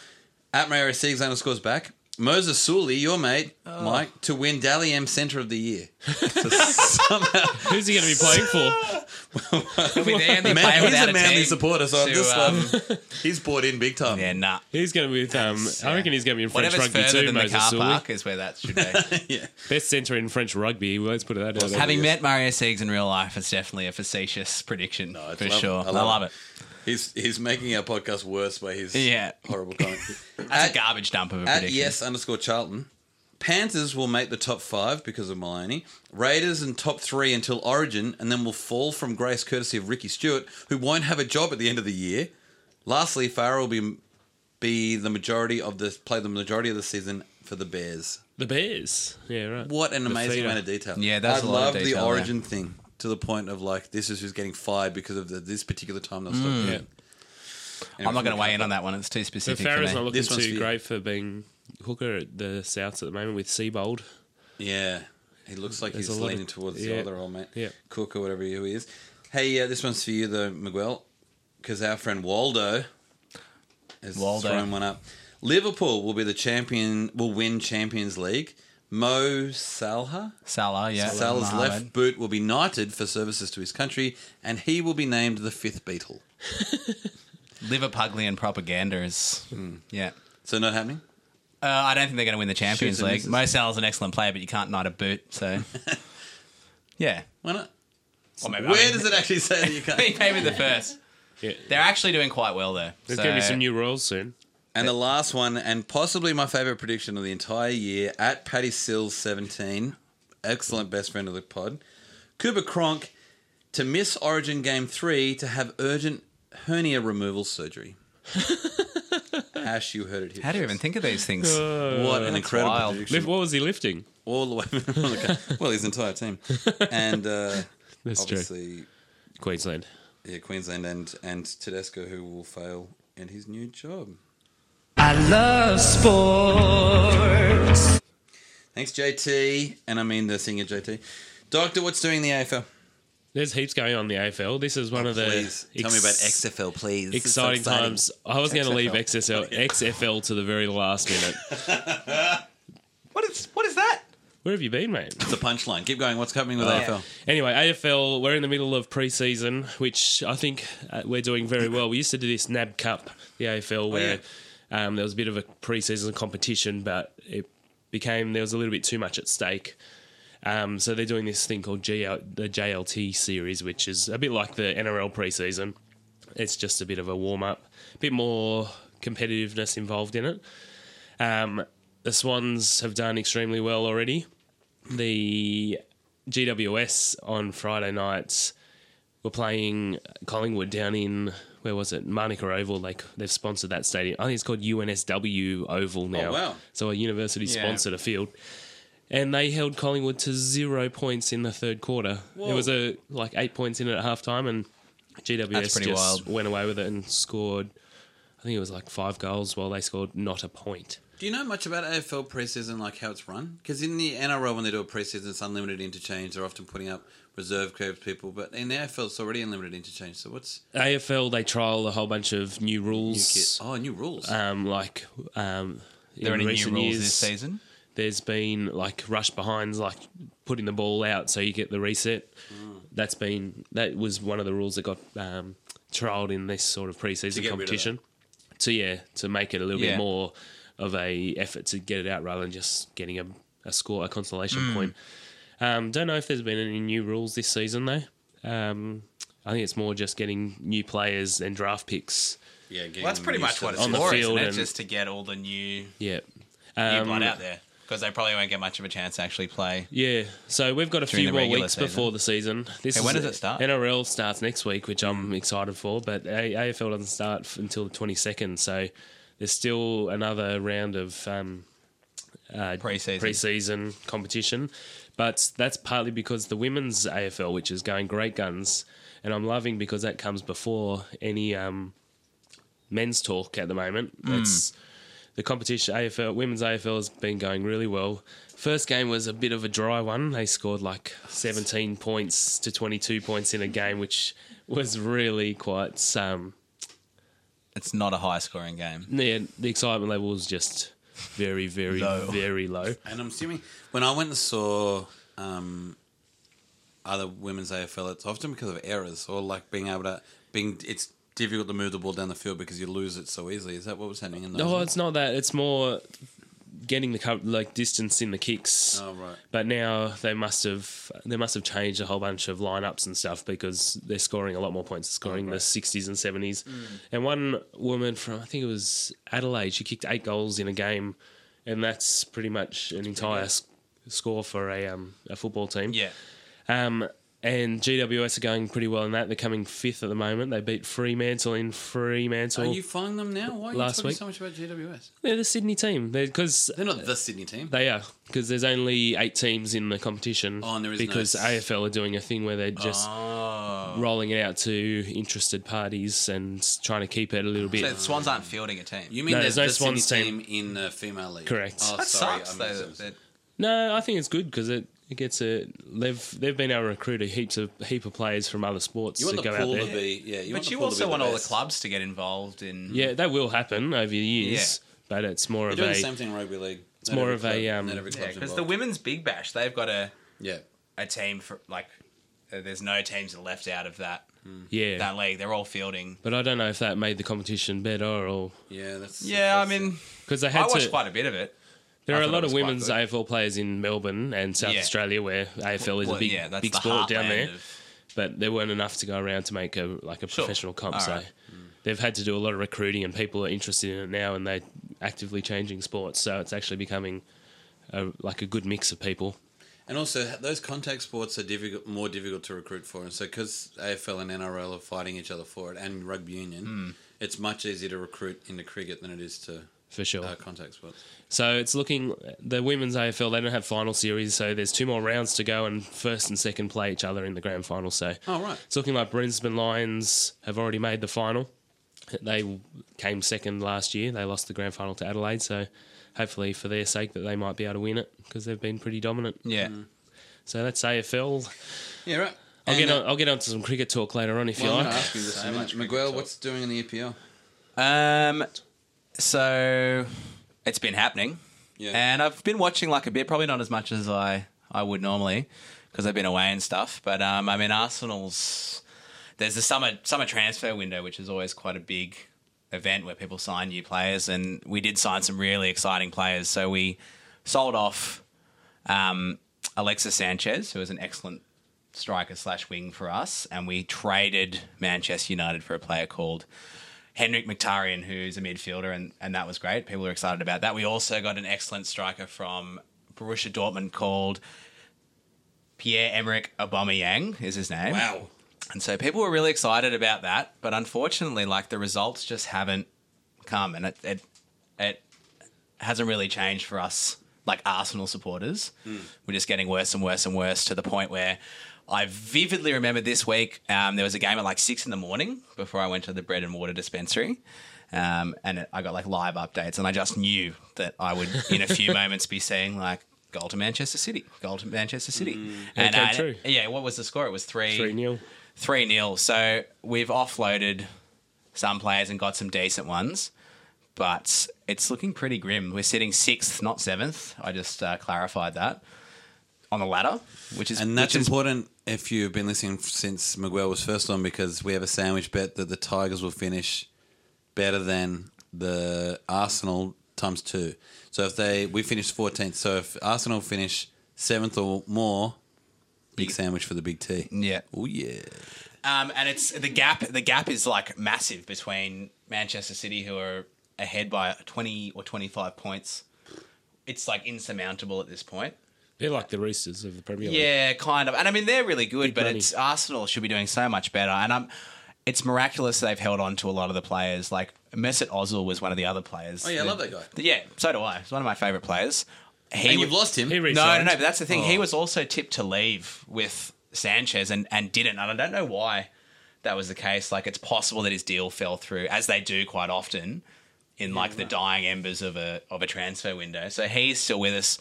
S1: At Mario Siegs underscores back. Moses Sully, your mate,
S2: Oh.
S1: Mike, to win Dally M Centre of the Year. So somehow,
S3: Who's he going to be playing for?
S2: If we there, they
S1: Man,
S2: play
S1: he's
S2: without
S1: a
S2: a
S1: manly
S2: team
S1: supporter, so I'm
S2: to,
S1: just
S2: um,
S1: um, <laughs> he's bought in big time.
S2: yeah, nah.
S3: He's going to be with. Um, I reckon he's going to be in French
S2: Whatever's
S3: rugby
S2: further
S3: too.
S2: than the
S3: Moses
S2: car
S3: Sully,
S2: park is where that <laughs> should
S1: <laughs>
S2: be.
S1: yeah.
S3: best centre in French rugby. Well, let's put it that way.
S2: Having met Mario Siegs in real life, it's definitely a facetious prediction
S1: it's
S2: for
S1: lov-
S2: sure.
S1: I
S2: I
S1: love
S2: love,
S1: it.
S2: it.
S1: He's he's making our podcast worse by his
S2: Yeah.
S1: horrible comment.
S2: <laughs> That's a
S1: At-
S2: garbage dump of a
S1: At
S2: prediction.
S1: yes underscore Charlton. Panthers will make the top five because of Maloney. Raiders in top three until Origin, and then will fall from grace courtesy of Ricky Stewart, who won't have a job at the end of the year. Lastly, Farrell will be be the majority of the play the majority of the season for the Bears.
S3: the Bears. Yeah, right.
S1: What an amazing
S3: feeder.
S1: amount of detail!
S2: Yeah, that's
S1: I
S2: a lot of
S1: love the
S2: detail there.
S1: Origin thing to the point of like this is who's getting fired because of the, this particular time. Mm.
S3: Yeah.
S2: I'm not going to weigh in on that one. It's too
S3: The
S2: specific. for
S3: Farrah's
S2: me.
S3: not looking
S1: This one's for
S3: too
S1: you.
S3: great for being hooker at the Souths at the moment with Seabold.
S1: Yeah, he looks like
S3: There's
S1: he's
S3: a lot
S1: leaning
S3: of-
S1: towards the
S3: yeah.
S1: other old mate,
S3: Yeah.
S1: Cook or whatever he who he is. Hey, uh, this one's for you, though, Miguel, because our friend Waldo has
S2: Waldo.
S1: thrown one up. Liverpool will be the champion. Will win Champions League. Mo Salah,
S2: Salah, yeah.
S1: Salah's
S2: Mohamed.
S1: left boot will be knighted for services to his country, and he will be named the fifth Beatle.
S2: Liverpuglian propaganda is.
S1: Hmm.
S2: Yeah.
S1: So not happening.
S2: Uh, I don't think they're going to win the Champions
S1: Shoots and
S2: League.
S1: misses.
S2: Mo Salah's an excellent player, but you can't knight a boot.
S3: <laughs>
S2: So, yeah.
S1: Why not?
S2: Or maybe- I
S1: Where
S2: mean-
S1: does it actually say that you
S2: <laughs>
S1: can't? <laughs>
S2: Maybe the first.
S3: <laughs> Yeah,
S2: They're actually doing quite well there.
S3: there's
S2: So-
S3: going to be some new rules soon.
S1: And the last one, and possibly my favourite prediction of the entire year, at Patty Sills 17, excellent best friend of the pod, Cooper Cronk to miss Origin Game 3 to have urgent hernia removal surgery. Ash, you heard it here.
S2: How do you even
S1: first.
S2: think of these things?
S3: Uh,
S1: What an incredible
S2: wild.
S1: prediction.
S3: Lift, what was he lifting?
S1: All the way from the co- Well, his entire team. And uh,
S3: That's true.
S1: obviously,
S3: Queensland.
S1: yeah, Queensland and, and Tedesco, who will fail in his new job.
S6: I love sports.
S1: Thanks, JT. And I mean the singer JT. Doctor, what's doing the AFL?
S3: There's heaps going on in the AFL. This is one of the
S1: Oh, please tell me about
S3: ex-
S1: XFL, please. This is so
S3: exciting
S1: exciting.
S3: times. I was going to leave
S1: <laughs>
S3: XSL, XFL to the very last minute.
S2: What is what is that?
S3: Where have you been, mate?
S1: It's a punchline. Keep going. What's happening with AFL?
S3: Anyway, AFL, we're in the middle of pre-season, which I think uh, we're doing very well. We used to do this NAB Cup, the AFL, where um, there was a bit of a pre-season competition, but it became there was a little bit too much at stake. Um, so they're doing this thing called GL, the JLT series, which is a bit like the NRL preseason. It's just a bit of a warm up, a bit more competitiveness involved in it. Um, the Swans have done extremely well already. The GWS on Friday nights were playing Collingwood down in where was it Manuka Oval. Like they've sponsored that stadium. I think it's called UNSW
S2: Oh,
S3: Oval now.
S1: wow.
S3: So a university sponsored a field, and they held Collingwood to zero points in the third quarter. It was a like eight points in at halftime, and
S2: That's
S3: GWS
S2: pretty
S3: just
S2: wild.
S3: went away with it and scored. I think it was like five goals while they scored not a point.
S1: Do you know much about AFL preseason, like how it's run? Because in the NRL, when they do a preseason, it's unlimited interchange. They're often putting up reserve curves people, but in the AFL, it's already unlimited interchange. So what's
S3: AFL they trial a whole bunch of new rules,
S1: oh new rules?
S3: um, like um,
S2: There are
S3: in
S2: any new
S3: recent
S2: rules
S3: years.
S2: this season?
S3: There's been like rush behinds, like putting the ball out so you get the reset.
S1: Mm.
S3: That's been that was one of the rules that got um, trialed in this sort of
S1: To
S3: preseason
S1: get rid of
S3: competition. To yeah, to make it a little
S2: Yeah.
S3: bit more of a effort to get it out rather than just getting a, a score, a consolation
S1: Mm.
S3: point. Um, don't know if there's been any new rules this season though. Um, I think it's more just getting new players and draft picks
S1: yeah, getting
S2: Well, that's pretty
S1: used
S2: much
S1: to
S2: what
S1: the
S2: it's
S3: on the
S2: for,
S3: field
S2: isn't it?
S3: and-
S2: Just to get all the new,
S3: Yeah.
S2: new
S3: Um,
S2: blood out there. Because they probably won't get much of a chance to actually play.
S3: Yeah, so we've got a
S2: During
S3: few
S2: the
S3: more
S2: regular
S3: weeks
S2: season.
S3: before the season. This
S2: Hey, when does it start?
S3: NRL starts next week, which I'm excited for, but A- AFL doesn't start f- until the 22nd, so there's still another round of um, uh,
S2: Pre-season.
S3: pre-season competition. But that's partly because the women's AFL, which is going great guns, and I'm loving because that comes before any um, men's talk at the moment.
S2: Mm.
S3: It's the competition AFL women's AFL has been going really well. First game was a bit of a dry one. They scored like 17 points to 22 points in a game, which was really quite. Um,
S2: It's not a high scoring game.
S3: yeah, the excitement level was just very, very,
S2: Low.
S3: very low.
S1: And I'm assuming when I went and saw um, other women's AFL, it's often because of errors or like being able to being it's difficult to move the ball down the field because you lose it so easily. Is that what was happening in those?
S3: No, Oh, it's not that. It's more getting the co- like distance in the kicks.
S1: Oh, right.
S3: But now they must have they must have changed a whole bunch of lineups and stuff because they're scoring a lot more points,
S1: Oh,
S3: scoring the sixties and seventies.
S1: Mm.
S3: And one woman from I think it was Adelaide, she kicked eight goals in a game, and that's pretty much an entire s- score for a um, a football team.
S2: Yeah.
S3: Um, and GWS are going pretty well in that. They're coming fifth at the moment. They beat Fremantle in Fremantle.
S1: Are you finding them now? Why are you
S3: Last
S1: talking
S3: week.
S1: so much about GWS?
S3: They're the Sydney team because
S1: They're not the Sydney team.
S3: They are because there's only eight teams in the competition.
S1: Oh, and there is no
S3: because
S1: s- Oh.
S3: AFL are doing a thing where they're just rolling it out to interested parties and trying to keep it a little
S2: So
S3: bit.
S2: the Swans aren't fielding a team.
S1: You mean
S3: No,
S1: there's,
S3: there's no
S1: the Sydney
S3: Swans
S1: team, in the female league?
S3: Correct.
S1: Oh,
S2: that
S1: sorry.
S2: sucks
S1: I'm
S2: though.
S1: just-
S2: that-
S3: No, I think it's good because it, it gets a they've they've been able to recruit a heaps of heap of players from other sports
S1: you want
S3: to
S1: the
S3: go out
S1: pool to
S3: there.
S1: be, yeah. You want
S2: but
S1: the
S2: you
S1: pool to
S2: also
S1: be
S2: want all the
S1: best.
S2: clubs to get involved in.
S3: Yeah, that will happen over the years, but it's more
S1: You're
S3: of
S1: doing
S3: a
S1: the same thing in rugby league. It's
S3: more of a, um,
S1: not every
S2: Yeah,
S1: club's
S2: because the
S1: involved.
S2: women's Big Bash, they've got a
S1: yeah.
S2: a team for like. uh, There's no teams left out of that
S3: Hmm. yeah.
S2: that league. They're all fielding.
S3: But I don't know if that made the competition better or
S1: Yeah, that's
S2: Yeah, I
S1: that's-
S2: mean,
S3: because they
S2: I
S3: had
S2: watched
S3: to.
S2: quite a bit of it.
S3: There
S2: I
S3: are a
S2: thought it
S3: lot
S2: was
S3: of
S2: quite
S3: women's
S2: good.
S3: AFL players in Melbourne and South
S2: Yeah.
S3: Australia where AFL is
S2: Well,
S3: a big
S2: yeah, that's
S3: big
S2: the
S3: sport down
S2: heartland
S3: there.
S2: of-
S3: but there weren't enough to go around to make a like a
S2: Sure.
S3: professional comp.
S2: All
S3: so
S2: right.
S3: they've had to do a lot of recruiting, and people are interested in it now, and they're actively changing sports. So it's actually becoming a, like a good mix of people.
S1: And also, h- those contact sports are difficult, more difficult to recruit for. And so, because AFL and NRL are fighting each other for it, and rugby union, it's much easier to recruit into cricket than it is to
S3: For sure.
S1: uh, contact sports.
S3: So it's looking the women's AFL. They don't have final series, so there's two more rounds to go, and first and second play each other in the grand final. So
S1: Oh, right.
S3: it's looking like Brisbane Lions have already made the final. They came second last year. They lost the grand final to Adelaide, so hopefully for their sake that they might be able to win it because they've been pretty dominant.
S2: Yeah,
S3: So that's AFL.
S1: Yeah, right.
S3: I'll get
S1: And, uh,
S3: on, I'll get on to some cricket talk later on if
S1: well,
S3: you
S1: I'm
S3: like.
S1: going to ask you this in a minute. Miguel, what's doing in the E EPL?
S2: Um, so it's been happening,
S1: Yeah.
S2: and I've been watching like a bit, probably not as much as I I would normally because I've been away and stuff. But um, I mean, Arsenal's there's the summer summer transfer window, which is always quite a big event where people sign new players, and we did sign some really exciting players. So we sold off um, Alexis Sanchez, who is an excellent striker slash wing for us, and we traded Manchester United for a player called Henrik Mkhitaryan, who's a midfielder, and, and that was great. People were excited about that. We also got an excellent striker from Borussia Dortmund called Pierre Emerick Aubameyang is his name.
S1: Wow.
S2: And so people were really excited about that, but unfortunately, like the results just haven't come, and it it, it hasn't really changed for us, like Arsenal supporters.
S3: Hmm.
S2: We're just getting worse and worse and worse to the point where I vividly remember this week um, there was a game at like six in the morning before I went to the bread and water dispensary. Um, and it, I got like live updates, and I just knew that I would, in a
S3: <laughs>
S2: few moments, be seeing like goal to Manchester City, goal to Manchester City, and
S3: Hmm. came
S2: I-
S3: true.
S2: yeah, what was the score? It was
S3: Three nil.
S2: three 0 So we've offloaded some players and got some decent ones, but it's looking pretty grim. We're sitting sixth, not seventh. I just uh, clarified that on the ladder, which is
S1: And that's
S2: which is-
S1: important if you've been listening since Miguel was first on because we have a sandwich bet that the Tigers will finish better than the Arsenal times two. So if they we finish fourteenth, so if Arsenal finish seventh or more, big sandwich for the big T.
S2: yeah.
S1: Oh yeah.
S2: Um, and it's the gap. The gap is like massive between Manchester City, who are ahead by twenty or twenty-five points. It's like insurmountable at this point.
S3: They're like the Roosters of the Premier League.
S2: Yeah, kind of. And I mean, they're really good, but
S3: money.
S2: it's Arsenal should be doing so much better. And I'm, it's miraculous they've held on to a lot of the players. Like Mesut Ozil was one of the other players.
S1: Oh yeah, I love that guy.
S2: Yeah, so do I. He's one of my favourite players. He
S1: And
S2: wa-
S1: you've lost him.
S3: He re-
S2: No, no,
S3: resigned.
S2: no. But that's the thing. He was also tipped to leave with Sanchez and, and didn't. And I don't know why that was the case. Like, it's possible that his deal fell through, as they do quite often in like the dying embers of a of a transfer window. So he's still with us.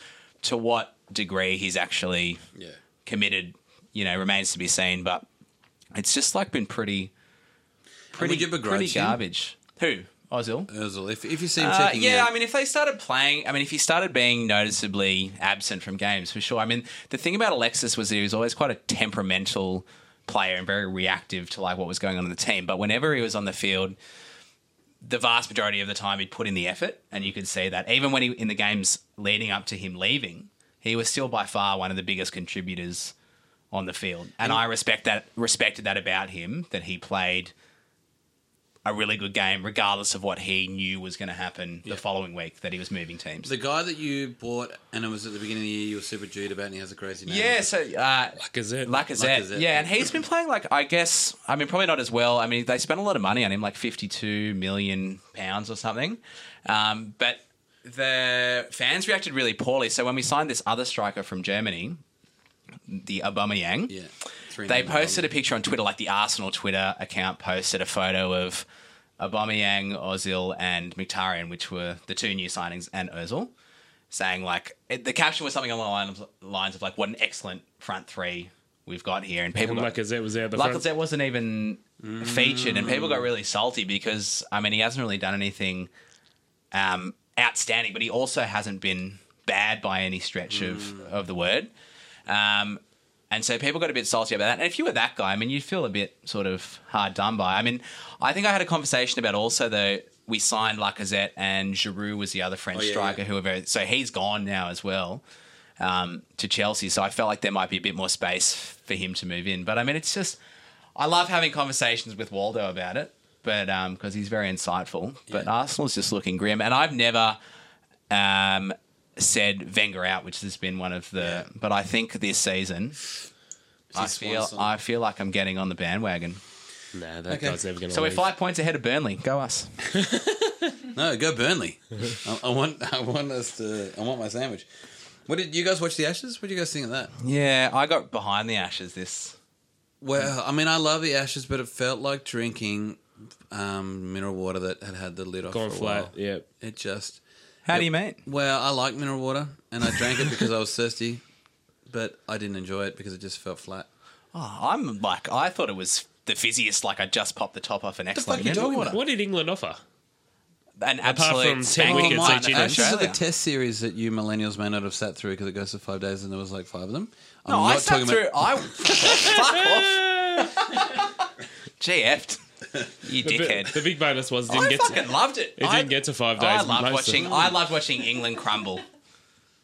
S2: To what degree he's actually
S1: yeah.
S2: committed, you know, remains to be seen. But it's just like been pretty, pretty,
S1: would you begrudge
S2: pretty
S1: him?
S2: garbage. Who Ozil?
S1: Ozil, if, if you see him
S2: Uh,
S1: checking
S2: yeah,
S1: out,
S2: I mean, if they started playing, I mean, if he started being noticeably absent from games, for sure. I mean, the thing about Alexis was that he was always quite a temperamental player and very reactive to like what was going on in the team. But whenever he was on the field, the vast majority of the time he'd put in the effort, and you could see that even when he in the games leading up to him leaving, he was still by far one of the biggest contributors on the field, and I respect that respected that about him that he played a really good game, regardless of what he knew was going to happen the following week that he was moving teams.
S1: the guy that you bought and it was at the beginning of the year you were super Jude about and he has a crazy name.
S2: yeah, so uh,
S3: Lacazette.
S2: Lacazette,
S1: Lacazette.
S2: yeah, and he's been playing like I guess I mean probably not as well. I mean they spent a lot of money on him, like fifty-two million pounds or something. Um, but the fans reacted really poorly. So when we signed this other striker from Germany, the Obama Yang,
S1: yeah. Three
S2: they
S1: names.
S2: posted a picture on Twitter, like the Arsenal Twitter account posted a photo of Aubameyang, Ozil, and Mkhitaryan, which were the two new signings, and Ozil, saying like it, the caption was something along the line of, lines of like, "What an excellent front three we've got here," and people
S3: And
S2: got,
S3: Lacazette was out the front.
S2: Lacazette wasn't even featured, and people got really salty because I mean he hasn't really done anything um, outstanding, but he also hasn't been bad by any stretch of
S1: Mm.
S2: of the word. Um, and so people got a bit salty about that. And if you were that guy, I mean, you'd feel a bit sort of hard done by. I mean, I think I had a conversation about also though we signed Lacazette and Giroud was the other French
S1: Oh, yeah,
S2: striker
S1: yeah.
S2: who were very so he's gone now as well um, to Chelsea. So I felt like there might be a bit more space for him to move in. But I mean, it's just I love having conversations with Waldo about it, but because he's very insightful. But Arsenal's just looking grim, and I've never um, said Wenger out, which has been one of the.
S1: Yeah.
S2: But I think this season, I
S1: his swan
S2: feel
S1: song.
S2: I feel like I'm getting on the bandwagon.
S3: Nah, that
S1: Okay.
S3: guy's never going to
S2: So we're
S3: leave.
S2: five points ahead of Burnley. Go us.
S1: No, go Burnley. I, I want <laughs> I want us to I want my sandwich. What did you guys watch the Ashes? What did you guys think of that?
S2: Yeah, I got behind the Ashes this.
S1: Well, I mean, I love the Ashes, but it felt like drinking um, mineral water that had had the lid off
S3: Gone
S1: for a
S3: flat.
S1: while.
S3: Yeah.
S1: It just
S2: How do
S1: Yep.
S2: you mean?
S1: well, I like mineral water, and I drank
S3: <laughs>
S1: it because I was thirsty, but I didn't enjoy it because it just felt flat.
S2: Oh, I'm like I thought it was the fizziest. Like I just popped the top off an
S1: fuck
S2: excellent
S1: you
S2: mineral
S1: talking
S2: water.
S3: What did England offer?
S2: An
S3: from
S2: absolute
S3: 10
S2: spanking
S3: wickets
S2: line
S3: each
S2: at
S3: innings.
S1: Ashes are the
S2: Australia.
S1: test series that you millennials may not have sat through because it goes for five days and there was like five of them. I'm
S2: No, I
S1: not
S2: sat
S1: talking
S2: through.
S1: about
S2: I fuck
S1: <laughs>
S2: off. GF'd. You
S3: The, bi-
S2: dickhead.
S3: the big bonus was didn't
S2: I
S3: get
S2: fucking
S3: to,
S2: loved it.
S3: it
S2: I,
S3: didn't get to five
S2: I
S3: days.
S2: loved
S3: most of-
S2: watching. I loved watching England crumble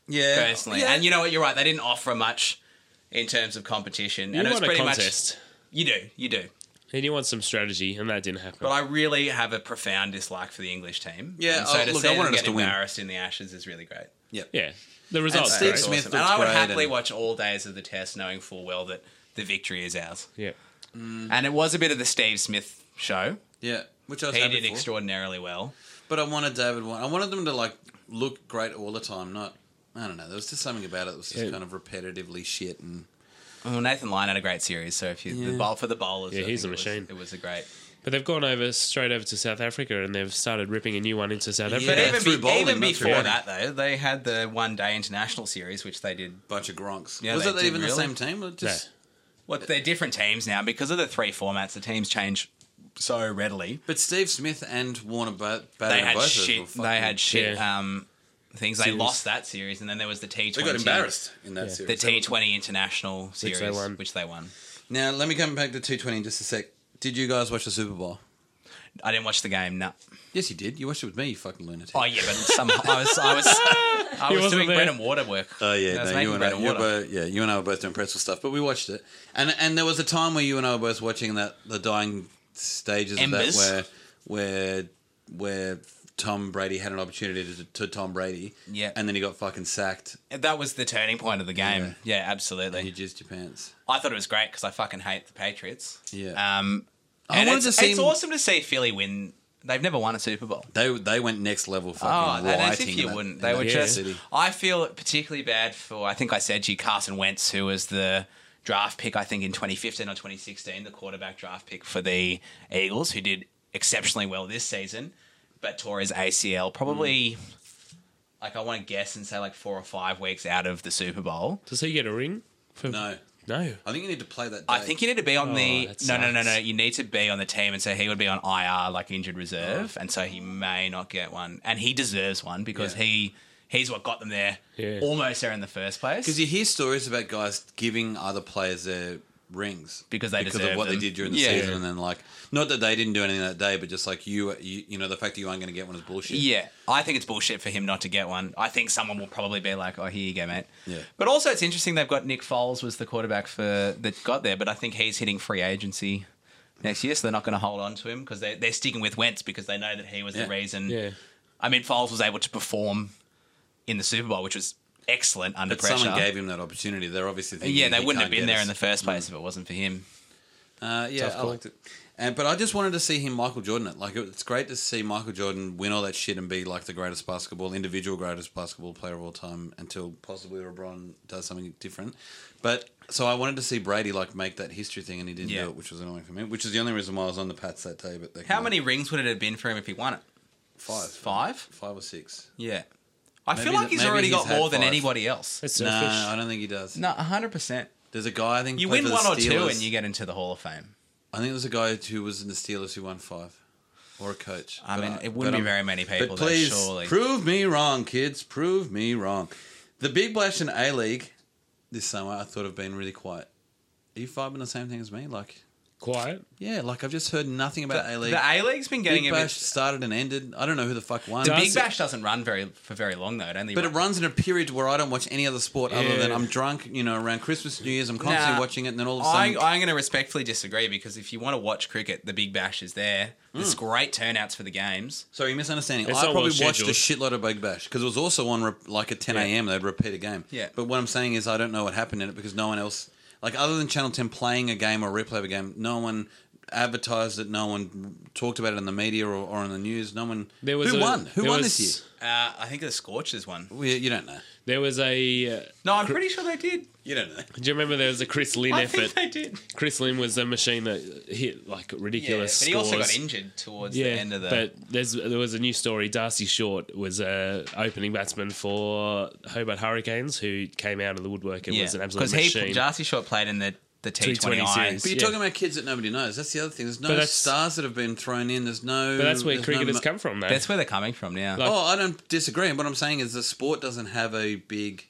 S1: yeah,
S2: personally.
S1: yeah.
S2: And you know what? You're right. They didn't offer much in terms of competition,
S3: You
S2: and it was
S3: want a
S2: pretty
S3: contest,
S2: much you do, you do.
S3: and you want some strategy, and that didn't happen.
S2: But I really have a profound dislike for the English team.
S1: Yeah,
S2: and so
S1: oh,
S2: to
S1: look,
S2: see
S1: I
S2: them
S1: wanted us
S2: get
S1: to win.
S2: embarrassed in the Ashes is really great.
S1: yeah,
S3: yeah, the
S2: And
S3: results.
S1: Steve
S3: Oh, great.
S1: Smith
S2: and
S1: looks
S2: I would
S1: great
S2: happily
S1: and-
S2: watch all days of the Test, knowing full well that the victory is ours.
S3: Yeah.
S1: Mm-hmm.
S2: And it was a bit of the Steve Smith show.
S1: yeah. Which I was
S2: He
S1: happy
S2: did
S1: for.
S2: extraordinarily well.
S1: But I wanted David one. I wanted them to like look great all the time. Not, I don't know. There was just something about it that was just
S3: Yeah.
S1: kind of repetitively shit. And
S2: Well, Nathan Lyon had a great series, so if you the bowl for the bowlers,
S3: Yeah,
S2: I
S3: he's
S2: think
S3: a
S2: it was-
S3: machine.
S2: It was a great.
S3: But they've gone over straight over to South Africa, and they've started ripping a new one into South
S1: Yeah,
S2: But
S3: Africa.
S2: even,
S1: through
S2: be-
S1: bowling,
S2: even
S1: not
S2: before
S1: through
S2: that, though, they had the one day international series, which they did.
S1: bunch of gronks.
S2: Yeah,
S1: was
S2: they
S1: it
S2: did
S1: even the
S2: really.
S1: same team? Or
S3: No.
S1: just
S2: Well, they're different teams now because of the three formats. The teams change so readily.
S1: But Steve Smith and Warner both.
S2: They had shit. They had shit.
S3: Yeah.
S2: Um, things they
S3: Series.
S2: lost that series, and then there was the T
S1: They
S2: Twenty.
S1: got embarrassed in that
S2: The
S1: series.
S2: T Twenty international
S3: they
S2: series,
S3: won.
S2: which they won.
S1: now let me come back to two twenty in just a sec. Did you guys watch the Super Bowl?
S2: I didn't watch the game. No.
S1: Yes, you did. You watched it with me, you fucking lunatic.
S2: Oh yeah, but some, I was I was <laughs> I was
S3: wasn't
S2: doing
S3: there.
S2: bread and water work.
S1: Oh yeah,
S2: I was
S1: no,
S2: making
S1: you and
S2: bread
S1: I,
S2: and
S1: you were
S2: water.
S1: both, yeah, you and I were both doing pretzel stuff, but we watched it, and and there was a time where you and I were both watching that the dying stages
S2: Embers.
S1: of that where where where Tom Brady had an opportunity to, to Tom Brady,
S2: Yeah.
S1: and then he got fucking sacked.
S2: That was the turning point of the game. Yeah, absolutely.
S1: And you jizzed your pants.
S2: I thought it was great because I fucking hate the Patriots.
S1: Yeah.
S2: Um,
S1: I
S2: and
S1: wanted
S2: it's,
S1: to see
S2: it's
S1: him-
S2: awesome to see Philly win. They've never won a Super Bowl.
S1: They they went next level
S2: Oh,
S1: fucking
S2: and as
S1: rioting.
S2: if
S1: in
S2: you
S1: that-
S2: wouldn't.
S1: in
S2: They
S1: that
S2: were
S1: big
S2: just.
S1: city.
S2: I feel particularly bad for. I think I said to you Carson Wentz, who was the draft pick, I think in 2015 or 2016, the quarterback draft pick for the Eagles, who did exceptionally well this season, but tore his ACL.
S1: Mm.
S2: Probably, like I want to guess and say like four or five weeks out of the Super Bowl.
S3: Does he get a ring? For-
S1: No,
S3: No.
S1: I think you need to play that. Day.
S2: I think you need to be on the
S3: that
S2: no, no, no, no.
S3: sucks.
S2: You need to be on the team, and so he would be on IR, like injured reserve, and so he may not get one, and he deserves one because
S1: Yeah.
S2: he he's what got them there,
S3: Yeah.
S2: almost there in the first place.
S1: because you hear stories about guys giving other players their rings
S2: Because they
S1: because of
S2: deserve
S1: what
S2: them.
S1: they did during the
S2: Yeah.
S1: season, and then like not that they didn't do anything that day, but just like you, you, you know, the fact that you aren't going to get one is bullshit.
S2: yeah, I think it's bullshit for him not to get one. I think someone will probably be like, "Oh, here you go, mate."
S1: Yeah.
S2: But also, it's interesting they've got Nick Foles was the quarterback for that got there, but I think he's hitting free agency next year, so they're not going to hold on to him because they they're sticking with Wentz because they know that he was
S1: Yeah.
S2: the reason.
S3: Yeah.
S2: I mean, Foles was able to perform in the Super Bowl, which was excellent under
S1: But
S2: pressure.
S1: someone gave him that opportunity. They're obviously thinking,
S2: yeah, they
S1: he
S2: wouldn't have
S1: can't
S2: been
S1: get Hmm.
S2: there
S1: us.
S2: in the first place if it wasn't for him.
S1: Uh, yeah,
S3: Tough
S1: I
S3: call.
S1: liked it. And but I just wanted to see him Michael Jordan it. Like it's great to see Michael Jordan win all that shit and be like the greatest basketball individual greatest basketball player of all time until possibly LeBron does something different. But so I wanted to see Brady like make that history thing and he didn't
S2: Yeah.
S1: do it, which was annoying for me. Which is the only reason why I was on the Pats that day. But they
S2: How
S1: came
S2: many rings would it have been for him if he won it?
S1: out five,
S2: Five?
S1: five or six?
S2: Yeah. I
S1: Maybe
S2: feel like
S1: that-
S2: he's
S1: maybe
S2: already
S1: he's
S2: got
S1: had
S2: more than
S1: five.
S2: anybody else.
S3: It's
S1: No,
S3: selfish.
S1: I don't think he does.
S2: No, 100%.
S1: There's a guy I think
S2: You
S1: played
S2: win
S1: for the
S2: one or two
S1: Steelers.
S2: and you get into the Hall of Fame.
S1: I think there's a guy who was in the Steelers who won five, or a coach.
S2: I
S1: But
S2: mean, it
S1: but
S2: wouldn't be
S1: I'm-
S2: very many people,
S1: But please,
S2: though, surely.
S1: prove me wrong, kids. Prove me wrong. The Big Blash and A League this summer, I thought have been really quiet. Are you vibing the same thing as me? Like,
S3: Quiet.
S1: yeah, like I've just heard nothing about A League.
S2: the A League's been getting
S1: Big
S2: a bit.
S1: Bash started and ended. I don't know who the fuck won.
S2: the Big
S3: Does it-
S2: Bash doesn't run very for very long, though. It only
S1: but it runs in a period where I don't watch any other sport other
S3: Yeah.
S1: than I'm drunk, you know, around Christmas, New Year's, I'm constantly
S2: Nah,
S1: watching it, and then all of a
S2: I,
S1: sudden,
S2: I'm going to respectfully disagree because if you want to watch cricket, the Big Bash is there.
S1: Hmm.
S2: There's great turnouts for the games.
S1: Sorry, you're misunderstanding.
S3: It's
S1: I
S3: not
S1: probably
S3: well
S1: watched a shitload of Big Bash because it was also on rep- like at 10
S3: Yeah.
S1: a.m. They'd repeat a game.
S2: Yeah.
S1: But what I'm saying is I don't know what happened in it because no one else, like other than Channel 10 playing a game or replay of a game, no one advertised it. No one talked about it in the media or, or in the news. No one.
S3: There was
S1: who
S3: a-
S1: won? Who
S3: there
S1: won
S3: was-
S1: this year?
S2: Uh, I think the Scorchers one.
S1: We, you don't know.
S3: There was a. Uh,
S2: No, I'm pretty sure they did.
S1: You don't know.
S3: do you remember there was a Chris Lynn
S2: I
S3: effort?
S2: think they did.
S3: Chris Lynn was the machine that hit like
S2: Yeah, but he
S3: ridiculous scores.
S2: also got injured towards the end of the.
S3: But there's there was a new story. Darcy Short was a opening batsman for Hobart Hurricanes, who came out of the woodwork and
S2: yeah,
S3: was an absolute machine.
S2: he Darcy Short played in the the T20
S3: T20
S2: Irons.
S3: series.
S1: But you're
S3: Yeah.
S1: talking about kids that nobody knows. That's the other thing. There's no
S3: But that's-
S1: stars that have been thrown in. There's no.
S3: but that's where
S1: there's no
S3: cricket has
S1: mo-
S3: come from, though.
S2: That's where they're coming from now.
S3: Like-
S1: Oh, I don't disagree. And what I'm saying is the sport doesn't have a big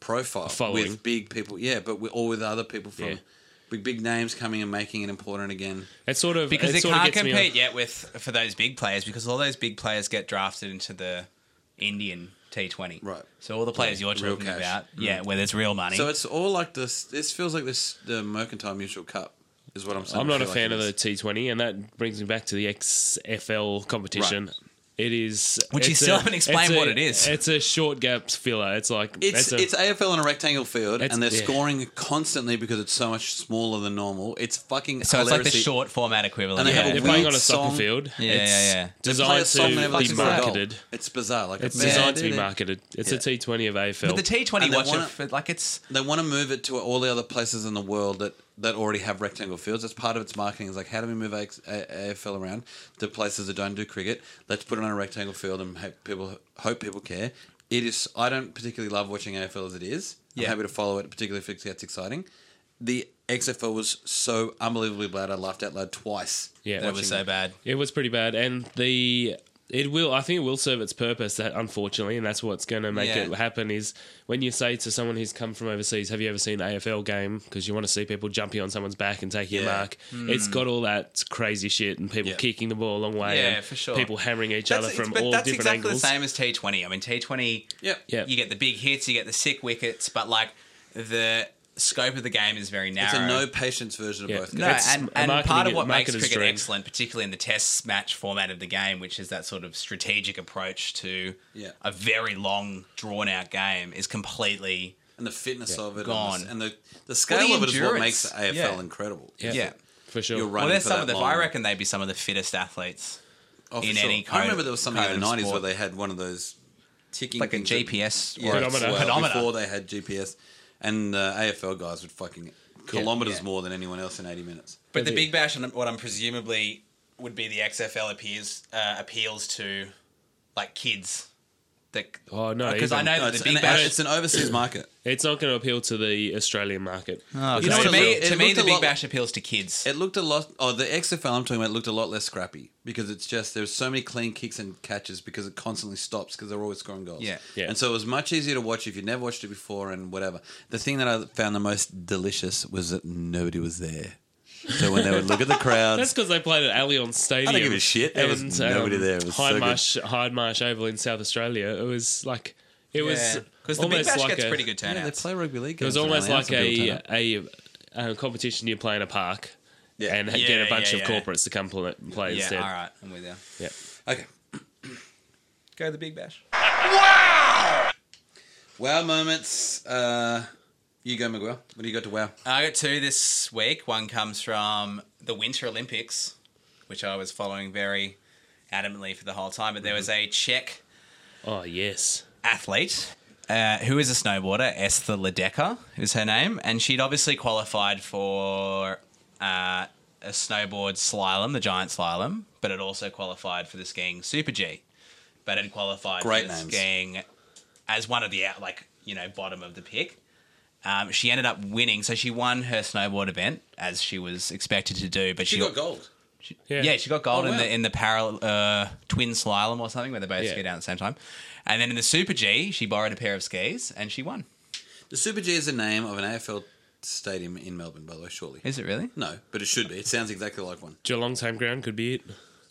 S1: profile
S3: Following.
S1: with big people. Yeah, but with, or with other people from
S3: Yeah.
S1: big big names coming and making it important again.
S3: It's sort of
S2: because
S3: it
S2: they
S3: sort
S2: can't
S3: of gets me on-
S2: compete yet with for those big players because all those big players get drafted into the Indian T20.
S1: Right.
S2: So all the players you're
S1: Real
S2: talking
S1: cash. Mm.
S2: about, yeah, where there's real money.
S1: So it's all like this. This feels like this the Mercantile Mutual Cup is what I'm saying.
S3: I'm not
S1: I
S3: a
S1: feel
S3: fan
S1: like
S3: of
S1: it
S3: the
S1: is.
S3: T20, and that brings me back to the XFL competition.
S1: Right.
S3: It is,
S2: Which you
S3: it's
S2: still haven't explained
S3: it's a-
S2: what it is.
S3: It's a short gaps filler. It's like
S1: It's
S3: a-
S1: it's AFL in a rectangle field,
S3: It's-
S1: and they're
S3: yeah.
S1: scoring constantly because it's so much smaller than normal. It's fucking
S2: so it's like the
S1: hilariously-
S2: short format equivalent.
S1: And they
S2: yeah.
S1: have a
S3: they're
S1: weird
S3: playing on a
S1: song.
S3: soccer field.
S2: Yeah,
S3: it's
S2: yeah,
S1: They
S2: yeah.
S1: play a
S3: Designed
S1: song and
S3: to
S1: everyone
S3: be
S1: sings about a goal.
S3: marketed.
S2: oh,
S1: It's bizarre. Like
S3: It's
S1: man,
S3: designed to be
S1: dude, it-
S3: marketed. It's
S1: Yeah.
S3: a T20 of AFL.
S2: But the T20
S1: And they
S2: watch
S1: wanna-
S2: it, for- like it's
S1: they want to move it to all the other places in the world that, that already have rectangle fields. That's part of its marketing. Is like, how do we move A- A- AFL around to places that don't do cricket? Let's put it on a rectangle field and hope people hope people care. It is. I don't particularly love watching AFL as it is.
S2: Yeah.
S1: I'm happy to follow it, particularly if it gets exciting. The XFL was so unbelievably bad. I laughed out loud twice.
S3: Yeah.
S2: that was so bad.
S3: It was pretty bad, and the It will. I think it will serve its purpose. That unfortunately, and that's what's going to make
S1: Yeah.
S3: it happen is when you say to someone who's come from overseas, "Have you ever seen an AFL game?" Because you want to see people jumping on someone's back and taking
S1: Yeah.
S3: a mark.
S2: Hmm.
S3: It's got all that crazy shit and people
S1: Yeah.
S3: kicking the ball a long way.
S2: Yeah,
S3: and
S2: for sure.
S3: People hammering each other
S2: it's-
S3: from
S2: but
S3: all
S2: that's
S3: different
S2: exactly
S3: angles.
S2: the same as T20. I mean, T20,
S1: Yeah.
S3: Yeah.
S2: you get the big hits, you get the sick wickets, but like the scope of the game is very narrow.
S1: It's a no patience version of
S3: Yeah.
S1: both
S2: No,
S1: games.
S2: and,
S3: a
S2: and part
S3: marketing-
S2: of what makes
S3: marketer's
S2: cricket
S3: dream.
S2: excellent, particularly in the test match format of the game, which is that sort of strategic approach to
S1: Yeah.
S2: a very long, drawn out game, is completely.
S1: And the fitness of it,
S2: Gone.
S1: and the, the scale
S2: the
S1: of it is what
S2: endurance.
S1: makes the AFL
S2: Yeah.
S1: incredible.
S3: Yeah.
S2: Yeah.
S3: for sure.
S1: You're
S2: Well,
S1: running
S2: they're
S1: for
S2: some
S1: that
S2: of the.
S1: long.
S2: I reckon they'd be some of the fittest athletes.
S1: Oh, for
S2: in
S1: sure.
S2: any
S1: I remember
S2: code-
S1: there was something in
S2: code
S1: the
S2: of
S1: nineties where
S2: sport.
S1: they had one of those ticking
S2: Like a
S1: things that-
S2: GPS
S1: yeah,
S2: or a
S3: Pedometer.
S1: Well,
S2: pedometer.
S1: Before they had GPS, and uh, the AFL guys would fucking kilometers
S2: Yeah.
S1: more than anyone else in eighty minutes.
S2: But the
S3: Maybe.
S2: Big Bash, and what I'm presumably would be the XFL appeals uh, appeals to like kids. That
S3: Oh, no,
S2: because Uh, I
S3: even-
S2: know
S1: No,
S2: that
S1: it's,
S2: the Big
S1: an,
S2: Bash.
S1: it's an overseas market.
S3: it's not going to appeal to the Australian market.
S1: You know
S2: to
S1: what,
S2: me,
S1: it looked-
S2: to
S1: it
S2: me,
S1: looked
S2: the
S1: a
S2: Big
S1: lot-
S2: Bash appeals to kids.
S1: It looked a lot. Oh, the XFL I'm talking about looked a lot less scrappy because it's just there's so many clean kicks and catches because it constantly stops because they're always scoring goals.
S2: Yeah.
S3: Yeah.
S1: And so it was much easier to watch if you'd never watched it before and whatever. The thing that I found the most delicious was that nobody was there. So when they would look at
S2: <laughs>
S1: the crowd,
S3: That's because they played at Allianz Stadium.
S1: give a shit. There was
S3: um,
S1: nobody there. It was so
S3: Hyde
S1: good.
S3: Marsh, Hyde Marsh Oval in South Australia. It was like it was
S2: because the Big
S3: almost
S2: Bash
S3: like
S2: gets
S3: a,
S2: pretty good
S1: Yeah, they
S2: turnouts.
S1: play rugby league.
S3: It was
S1: games around
S3: almost
S1: the
S3: like
S1: outside of the
S3: a,
S1: town.
S3: a a competition you play in a park
S1: Yeah.
S3: and
S2: Yeah,
S3: get a bunch
S2: yeah,
S3: of
S2: yeah.
S3: corporates to come pl- play
S2: yeah,
S3: instead.
S2: all right, I'm with you.
S3: Yeah.
S1: okay.
S2: Go the Big Bash.
S1: Wow moments. Uh, you go, Miguel. What do you got to wow?
S2: I got two this week. One comes from the Winter Olympics, which I was following very adamantly for the whole time. But
S3: Mm-hmm.
S2: there was a Czech
S3: Oh yes.
S2: athlete uh, who is a snowboarder, Esther Ledecker is her name, and she'd obviously qualified for uh, a snowboard slalom, the giant slalom, but it also qualified for the skiing super G, but it qualified
S1: Great
S2: for the
S1: names.
S2: skiing as one of the out, like you know bottom of the pick. Um, she ended up winning, so she won her snowboard event as she was expected to do. But she,
S1: She got gold.
S3: Yeah.
S2: yeah, she got gold
S1: Oh,
S2: in
S1: wow.
S2: the in the parallel uh, twin slalom or something where they both
S3: Yeah.
S2: ski down at the same time. And then in the super G, she borrowed a pair of skis and she won.
S1: The Super G is the name of an AFL stadium in Melbourne, by the way. Surely.
S2: Is it really?
S1: No, but it should be. It sounds exactly like one.
S3: Geelong's home ground could be it.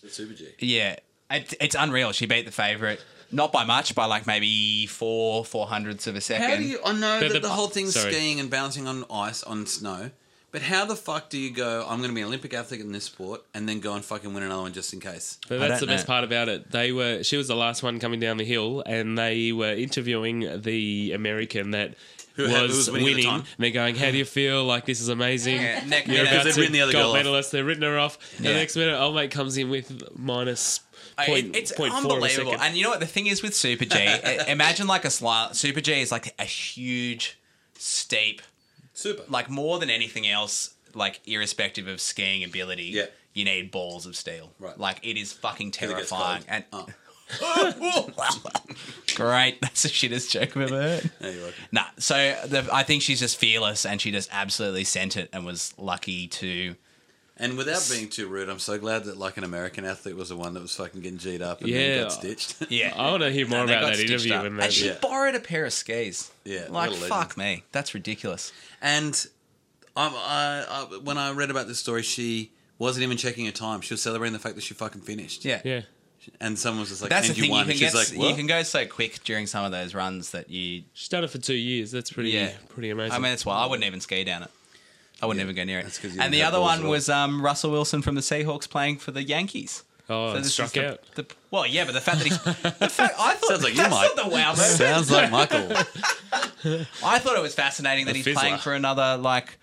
S1: The Super G.
S2: Yeah, it, it's unreal. She beat the favorite not by much, by like maybe four four hundredths of a second.
S1: How do you? I know
S3: But
S1: that the,
S3: the-
S1: whole thing's
S3: sorry.
S1: skiing and bouncing on ice on snow, but how the fuck do you go? I'm going to be an Olympic athlete in this sport, and then go and fucking win another one just in case.
S3: But
S2: I
S3: that's the
S2: don't
S3: best
S2: know.
S3: part about it. They were she was the last one coming down the hill and they were interviewing the American that
S1: Who had- who
S3: was
S1: was winning at the
S3: winning,
S1: time.
S3: and they're going, "How do you feel? Like this is amazing."
S2: Yeah, neck
S3: You're
S2: minute.
S3: about
S1: they've
S3: to
S1: written the other girl
S3: gold
S1: off.
S3: medalist. They've written her off.
S2: Yeah.
S3: The next minute, old mate comes in with minus
S2: I-
S3: point,
S2: it's
S3: point four of a
S2: unbelievable.
S3: second.
S2: and you know what the thing is with Super G? i- imagine like a slalom. Super G is like a huge, steep
S1: Super.
S2: like more than anything else, like irrespective of skiing ability,
S1: Yeah.
S2: you need balls of steel.
S1: Right.
S2: Like it is fucking
S1: it gets
S2: terrifying.
S1: cold.
S2: And
S1: Oh.
S2: <laughs> great, that's the shittest joke I've
S1: <laughs>
S2: ever heard.
S1: Yeah, you're right.
S2: Nah, so the, I think she's just fearless, and she just absolutely sent it, and was lucky to.
S1: And without being too rude, I'm so glad that like an American athlete was the one that was fucking getting G'd up and then
S3: Yeah.
S1: got stitched.
S2: <laughs> Yeah,
S3: I want to hear more
S2: And they
S3: about
S2: got
S3: that
S2: stitched
S3: interview.
S2: up.
S3: when
S2: And she
S3: they-
S1: Yeah.
S2: borrowed a pair of skis.
S1: Yeah, what
S2: like
S1: a legend.
S2: fuck me, that's ridiculous.
S1: And I, I, I, when I read about this story, she wasn't even checking her time. She was celebrating the fact that she fucking finished.
S2: Yeah,
S3: yeah.
S1: And someone was just like,
S2: That's
S1: and
S2: the thing.
S1: you won.
S2: You can
S1: And
S2: get,
S1: she's like,
S2: you
S1: what?
S2: can go so quick during some of those runs that you
S3: She's done it for two years. That's pretty
S2: Yeah.
S3: pretty amazing.
S2: I mean, that's why I wouldn't even ski down it. I wouldn't
S1: Yeah,
S2: even go near
S1: that's
S2: it.
S1: 'cause you didn't
S2: And the
S1: have
S2: other
S1: balls
S2: one
S1: at all.
S2: was um, Russell Wilson from the Seahawks playing for the Yankees.
S3: oh, it
S2: this
S3: struck
S2: is the-
S3: out.
S2: the- well, yeah, but the fact that he's the fact I thought
S1: Sounds like you
S2: that's
S1: might.
S2: not the wow moment.
S1: Sounds like Michael.
S2: <laughs> I thought it was fascinating that
S3: A
S2: he's
S3: fizzler.
S2: playing for another like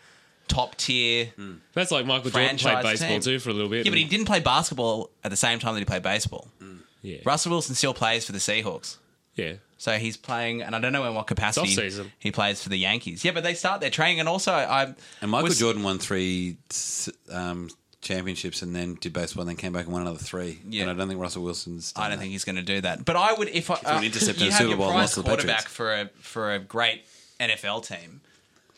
S2: top tier.
S1: Mm.
S3: That's like Michael Jordan played
S2: Franchise
S3: baseball
S2: team.
S3: too for a little bit.
S2: Yeah, but he
S3: and-
S2: didn't play basketball at the same time that he played baseball.
S1: Mm.
S3: Yeah,
S2: Russell Wilson still plays for the Seahawks.
S3: yeah.
S2: So he's playing, and I don't know in what capacity
S3: off-season.
S2: he plays for the Yankees. Yeah, but they start their training, and also I
S1: And Michael
S2: was-
S1: Jordan won three um, championships and then did baseball and then came back and won another three.
S2: Yeah.
S1: And I don't think Russell Wilson's. Done
S2: I don't
S1: that.
S2: think he's going to do that. But I would if I uh,
S1: threw an intercept in
S2: you
S1: the
S2: have
S1: Super
S2: your
S1: Bowl and
S2: prize
S1: lost to the
S2: quarterback
S1: Patriots.
S2: for a for a great NFL team.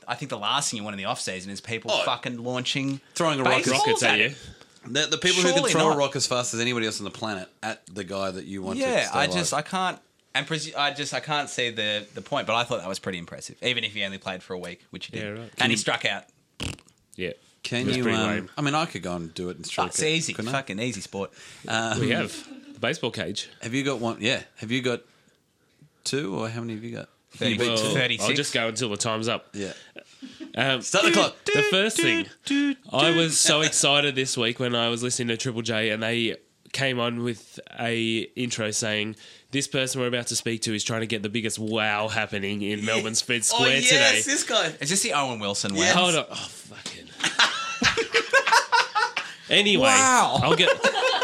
S2: I think the last thing you want in the offseason is people
S1: Oh.
S2: fucking launching
S1: Throwing a rock-
S2: baseballs
S3: Rockets at
S2: at
S3: you.
S2: it.
S1: The, the people who can
S2: Surely
S1: throw
S2: not.
S1: a rock as fast as anybody else on the planet at the guy that you want to
S2: yeah,
S1: stay
S2: I
S1: alive.
S2: just I can't and presu- I just I can't see the the point. But I thought that was pretty impressive, even if he only played for a week, which he did,
S3: Yeah, right.
S2: and he struck out.
S3: Yeah.
S1: Can
S3: It was
S1: you?
S3: pretty
S1: Um,
S3: lame.
S1: I mean, I could go and do it and stroke
S2: It's
S1: it,
S2: easy,
S1: couldn't I?
S2: fucking easy sport.
S3: we
S2: Um,
S3: have the baseball cage.
S1: Have you got one? Yeah. Have you got two, or how many have you got?
S2: Thirty-
S1: Well,
S3: Well, Oh, I'll
S2: 36.
S3: just go until the time's up.
S1: Yeah.
S3: Um,
S1: Start the clock.
S3: The first thing, I was so excited this week when I was listening to Triple J and they came on with a intro saying this person we're about to speak to is trying to get the biggest wow happening
S2: <laughs>
S3: in Melbourne's
S2: Oh,
S3: Fed Square today.
S1: this guy.
S2: Is this the Owen Wilson one?
S1: Yeah.
S3: Hold on. Oh, fucking. <laughs> anyway,
S2: Wow.
S3: I'll get.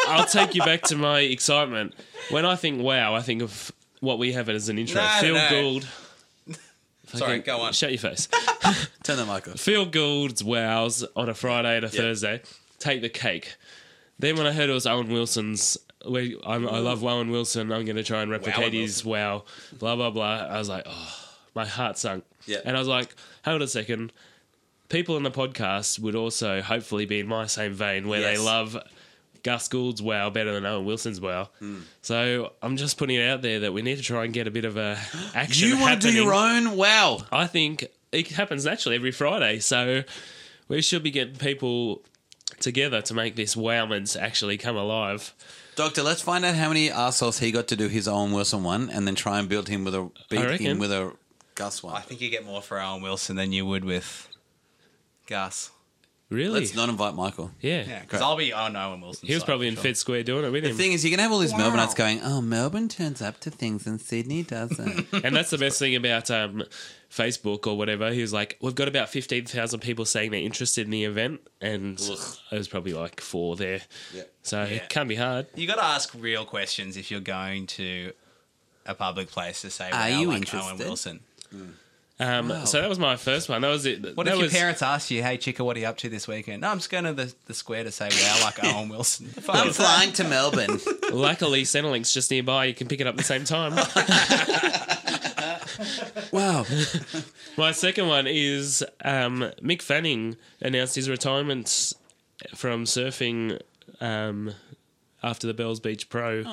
S3: I'll take you back to my excitement. When I think wow, I think of what we have as an intro.
S2: No, no,
S3: Phil
S2: no.
S3: Gould.
S2: <laughs> Sorry, go on.
S3: Shut your face.
S1: Turn the mic off.
S3: Phil Gould's wows on a Friday and a Thursday. Take the cake. Then when I heard it was Owen Wilson's, we, I'm, I love Owen Wilson. I'm going to try and replicate
S2: Owen
S3: his wow. Blah blah blah. I was like, oh, my heart sunk.
S1: Yeah.
S3: And I was like, hold a second. People on the podcast would also hopefully be in my same vein where
S2: Yes.
S3: they love Gus Gould's wow better than Owen Wilson's wow. So I'm just putting it out there that we need to try and get a bit of a <gasps> action.
S1: You want to do
S3: happening.
S1: your own? Wow.
S3: I think it happens naturally every Friday. So we should be getting people together to make this Wowmans actually come alive.
S1: Doctor, let's find out how many arseholes he got to do his own Wilson one and then try and build him with a beat him
S3: reckon.
S1: with a Gus
S2: I
S1: one.
S2: think you get more for Owen Wilson than you would with Gus.
S3: Really?
S1: Let's not invite Michael.
S3: yeah.
S2: Yeah, because I'll be on Owen Wilson.
S3: He was probably in Fed Square doing it with
S1: The
S3: him.
S1: thing is, you can have all these Melbourneites going, "Oh, Melbourne turns up to things and Sydney doesn't."
S3: and that's the best thing about um, Facebook or whatever. He was like, we've got about 15,000 people saying they're interested in the event. And it was probably like four there.
S1: Yeah.
S3: So
S2: <laughs> Yeah.
S3: it can't be hard.
S2: You got to ask real questions if you're going to a public place to say,
S1: Are
S2: "Wow,
S1: you
S2: like Owen
S1: interested?"
S2: Wilson."
S3: Um, So that was my first one. That was it.
S2: What
S3: that
S2: if your
S3: was-
S2: parents asked you, "Hey, chica, what are you up to this weekend?" No, I'm just going to the, the square to say, "Wow, <laughs> like Owen Wilson." The fuck
S1: I'm
S2: is that?
S1: flying to
S2: <laughs>
S1: Melbourne.
S3: Luckily, Centrelink's just nearby. You can pick it up at the same time.
S1: wow.
S3: My second one is um, Mick Fanning announced his retirement from surfing um, after the Bells Beach Pro,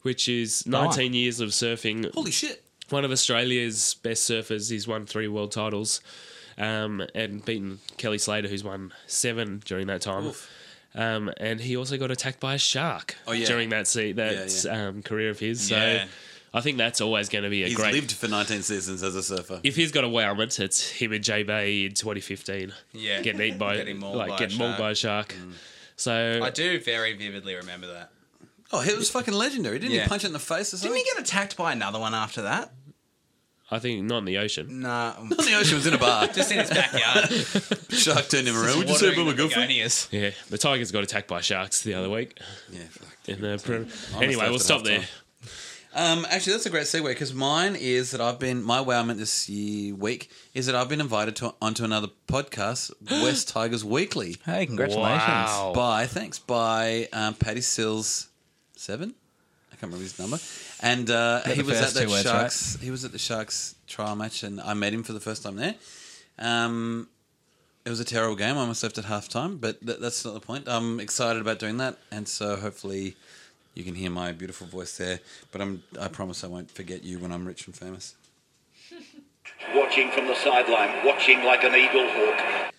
S3: which is 19 years of surfing.
S1: Ah. Holy shit.
S3: One of Australia's best surfers. He's won three world titles um, and beaten Kelly Slater, who's won seven during that time. Um, and he also got attacked by a shark
S1: Oh, yeah.
S3: during that se- that
S1: Yeah,
S3: Um, career of his. So
S2: Yeah.
S3: I think that's always going to be a
S1: He's
S3: great
S1: lived for 19 seasons as a surfer.
S3: if he's got a wowment, it's him and J Bay in 2015.
S2: Yeah.
S3: getting eaten by
S2: Getting mauled
S3: like
S2: by a
S3: getting mauled
S2: shark. Mm.
S3: by a shark. So
S2: I do very vividly remember that.
S1: Oh, he was fucking legendary. Didn't
S2: Yeah.
S1: he punch it in the face or something?
S2: Didn't he get attacked by another one after that?
S3: I think not in the ocean.
S2: No,
S1: on the ocean was in a bar.
S2: <laughs> just in his <laughs> backyard.
S1: Shark turned him around. Would you
S2: watering
S1: say
S2: the
S1: Bill McGuffin?
S2: begonias.
S3: Yeah, the Tigers got attacked by sharks the other week.
S1: Yeah, fuck.
S3: In the prim-
S1: I must
S3: anyway, we'll
S1: have
S3: stop
S1: to
S3: there.
S1: have Um, actually, that's a great segue because mine is that I've been my wowment this year, week is that I've been invited to onto another podcast, West Tigers Weekly,
S2: Hey, congratulations!
S3: Wow.
S1: by thanks by um, Paddy Sills seven. I can't remember his number, and uh,
S2: Got
S1: he
S2: the
S1: was at
S2: first
S1: that
S2: two words,
S1: Sharks. He was at the Sharks trial match, and I met him for the first time there. Um, it was a terrible game. I almost left at half time, but th- that's not the point. I'm excited about doing that, and so hopefully you can hear my beautiful voice there. But I'm, I promise I won't forget you when I'm rich and famous.
S7: Watching from the sideline, watching like an eagle hawk.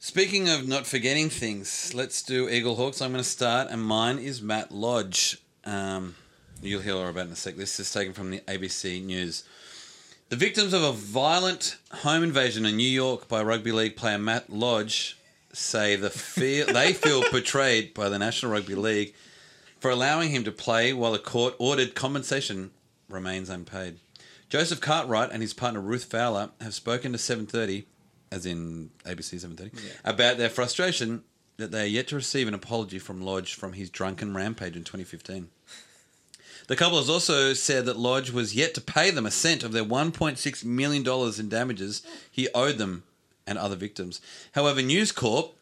S1: Speaking of not forgetting things, let's do Eagle Hawks. I'm going to start, and mine is Matt Lodge. Um, you'll hear all about it in a sec. This is taken from the ABC News. The victims of a violent home invasion in New York by rugby league player Matt Lodge say the fear they feel betrayed by the National Rugby League for allowing him to play while a court ordered compensation remains unpaid. Joseph Cartwright and his partner Ruth Fowler have spoken to 7:30, as in ABC 7:30, about their frustration that they are yet to receive an apology from Lodge from his drunken rampage in 2015. The couple has also said that Lodge was yet to pay them a cent of their $1.6 million in damages he owed them and other victims. However, News Corp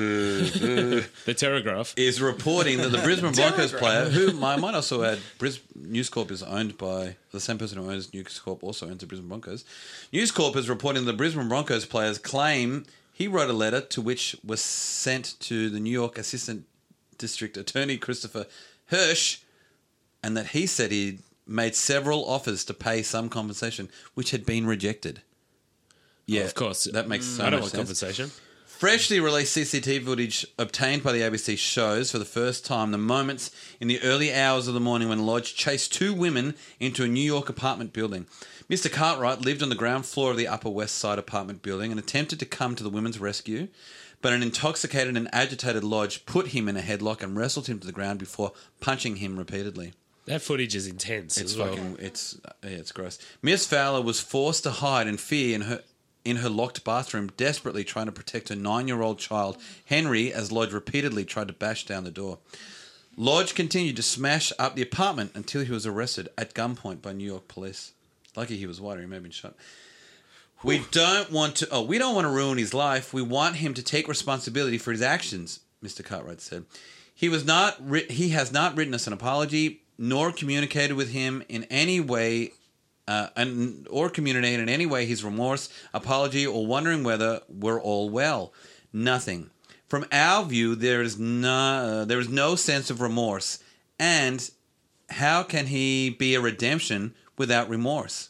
S3: The Telegraph.
S1: is reporting that the
S3: <laughs>
S1: Brisbane Broncos player, who my mind also had, Bris, News Corp is owned by the same person who owns News Corp, also owns the Brisbane Broncos. News Corp is reporting the Brisbane Broncos player's claim He wrote a letter to which was sent to the New York Assistant District Attorney Christopher Hirsch, and that he said he made several offers to pay some compensation, which had been rejected. Yeah,
S3: of course.
S1: that makes so
S3: I don't
S1: much
S3: want
S1: sense.
S3: compensation.
S1: Freshly released CCTV footage obtained by the ABC shows for the first time the moments in the early hours of the morning when Lodge chased two women into a New York apartment building. Mr. Cartwright lived on the ground floor of the Upper West Side apartment building and attempted to come to the women's rescue, but an intoxicated and agitated Lodge put him in a headlock and wrestled him to the ground before punching him repeatedly.
S3: That footage is intense.
S1: It's
S3: as well.
S1: fucking. It's yeah, it's gross. Miss Fowler was forced to hide in fear in her in her locked bathroom, desperately trying to protect her nine year old child Henry as Lodge repeatedly tried to bash down the door. Lodge continued to smash up the apartment until he was arrested at gunpoint by New York police. Lucky he was white, or he may have been shot. We don't want to. Oh, we don't want to ruin his life. We want him to take responsibility for his actions. Mr. Cartwright said, "He was not. Writ- he has not written us an apology, nor communicated with him in any way, uh, and or communicated in any way his remorse, apology, or wondering whether we're all well. Nothing. From our view, there is no uh, there is no sense of remorse, and how can he be a redemption without remorse?"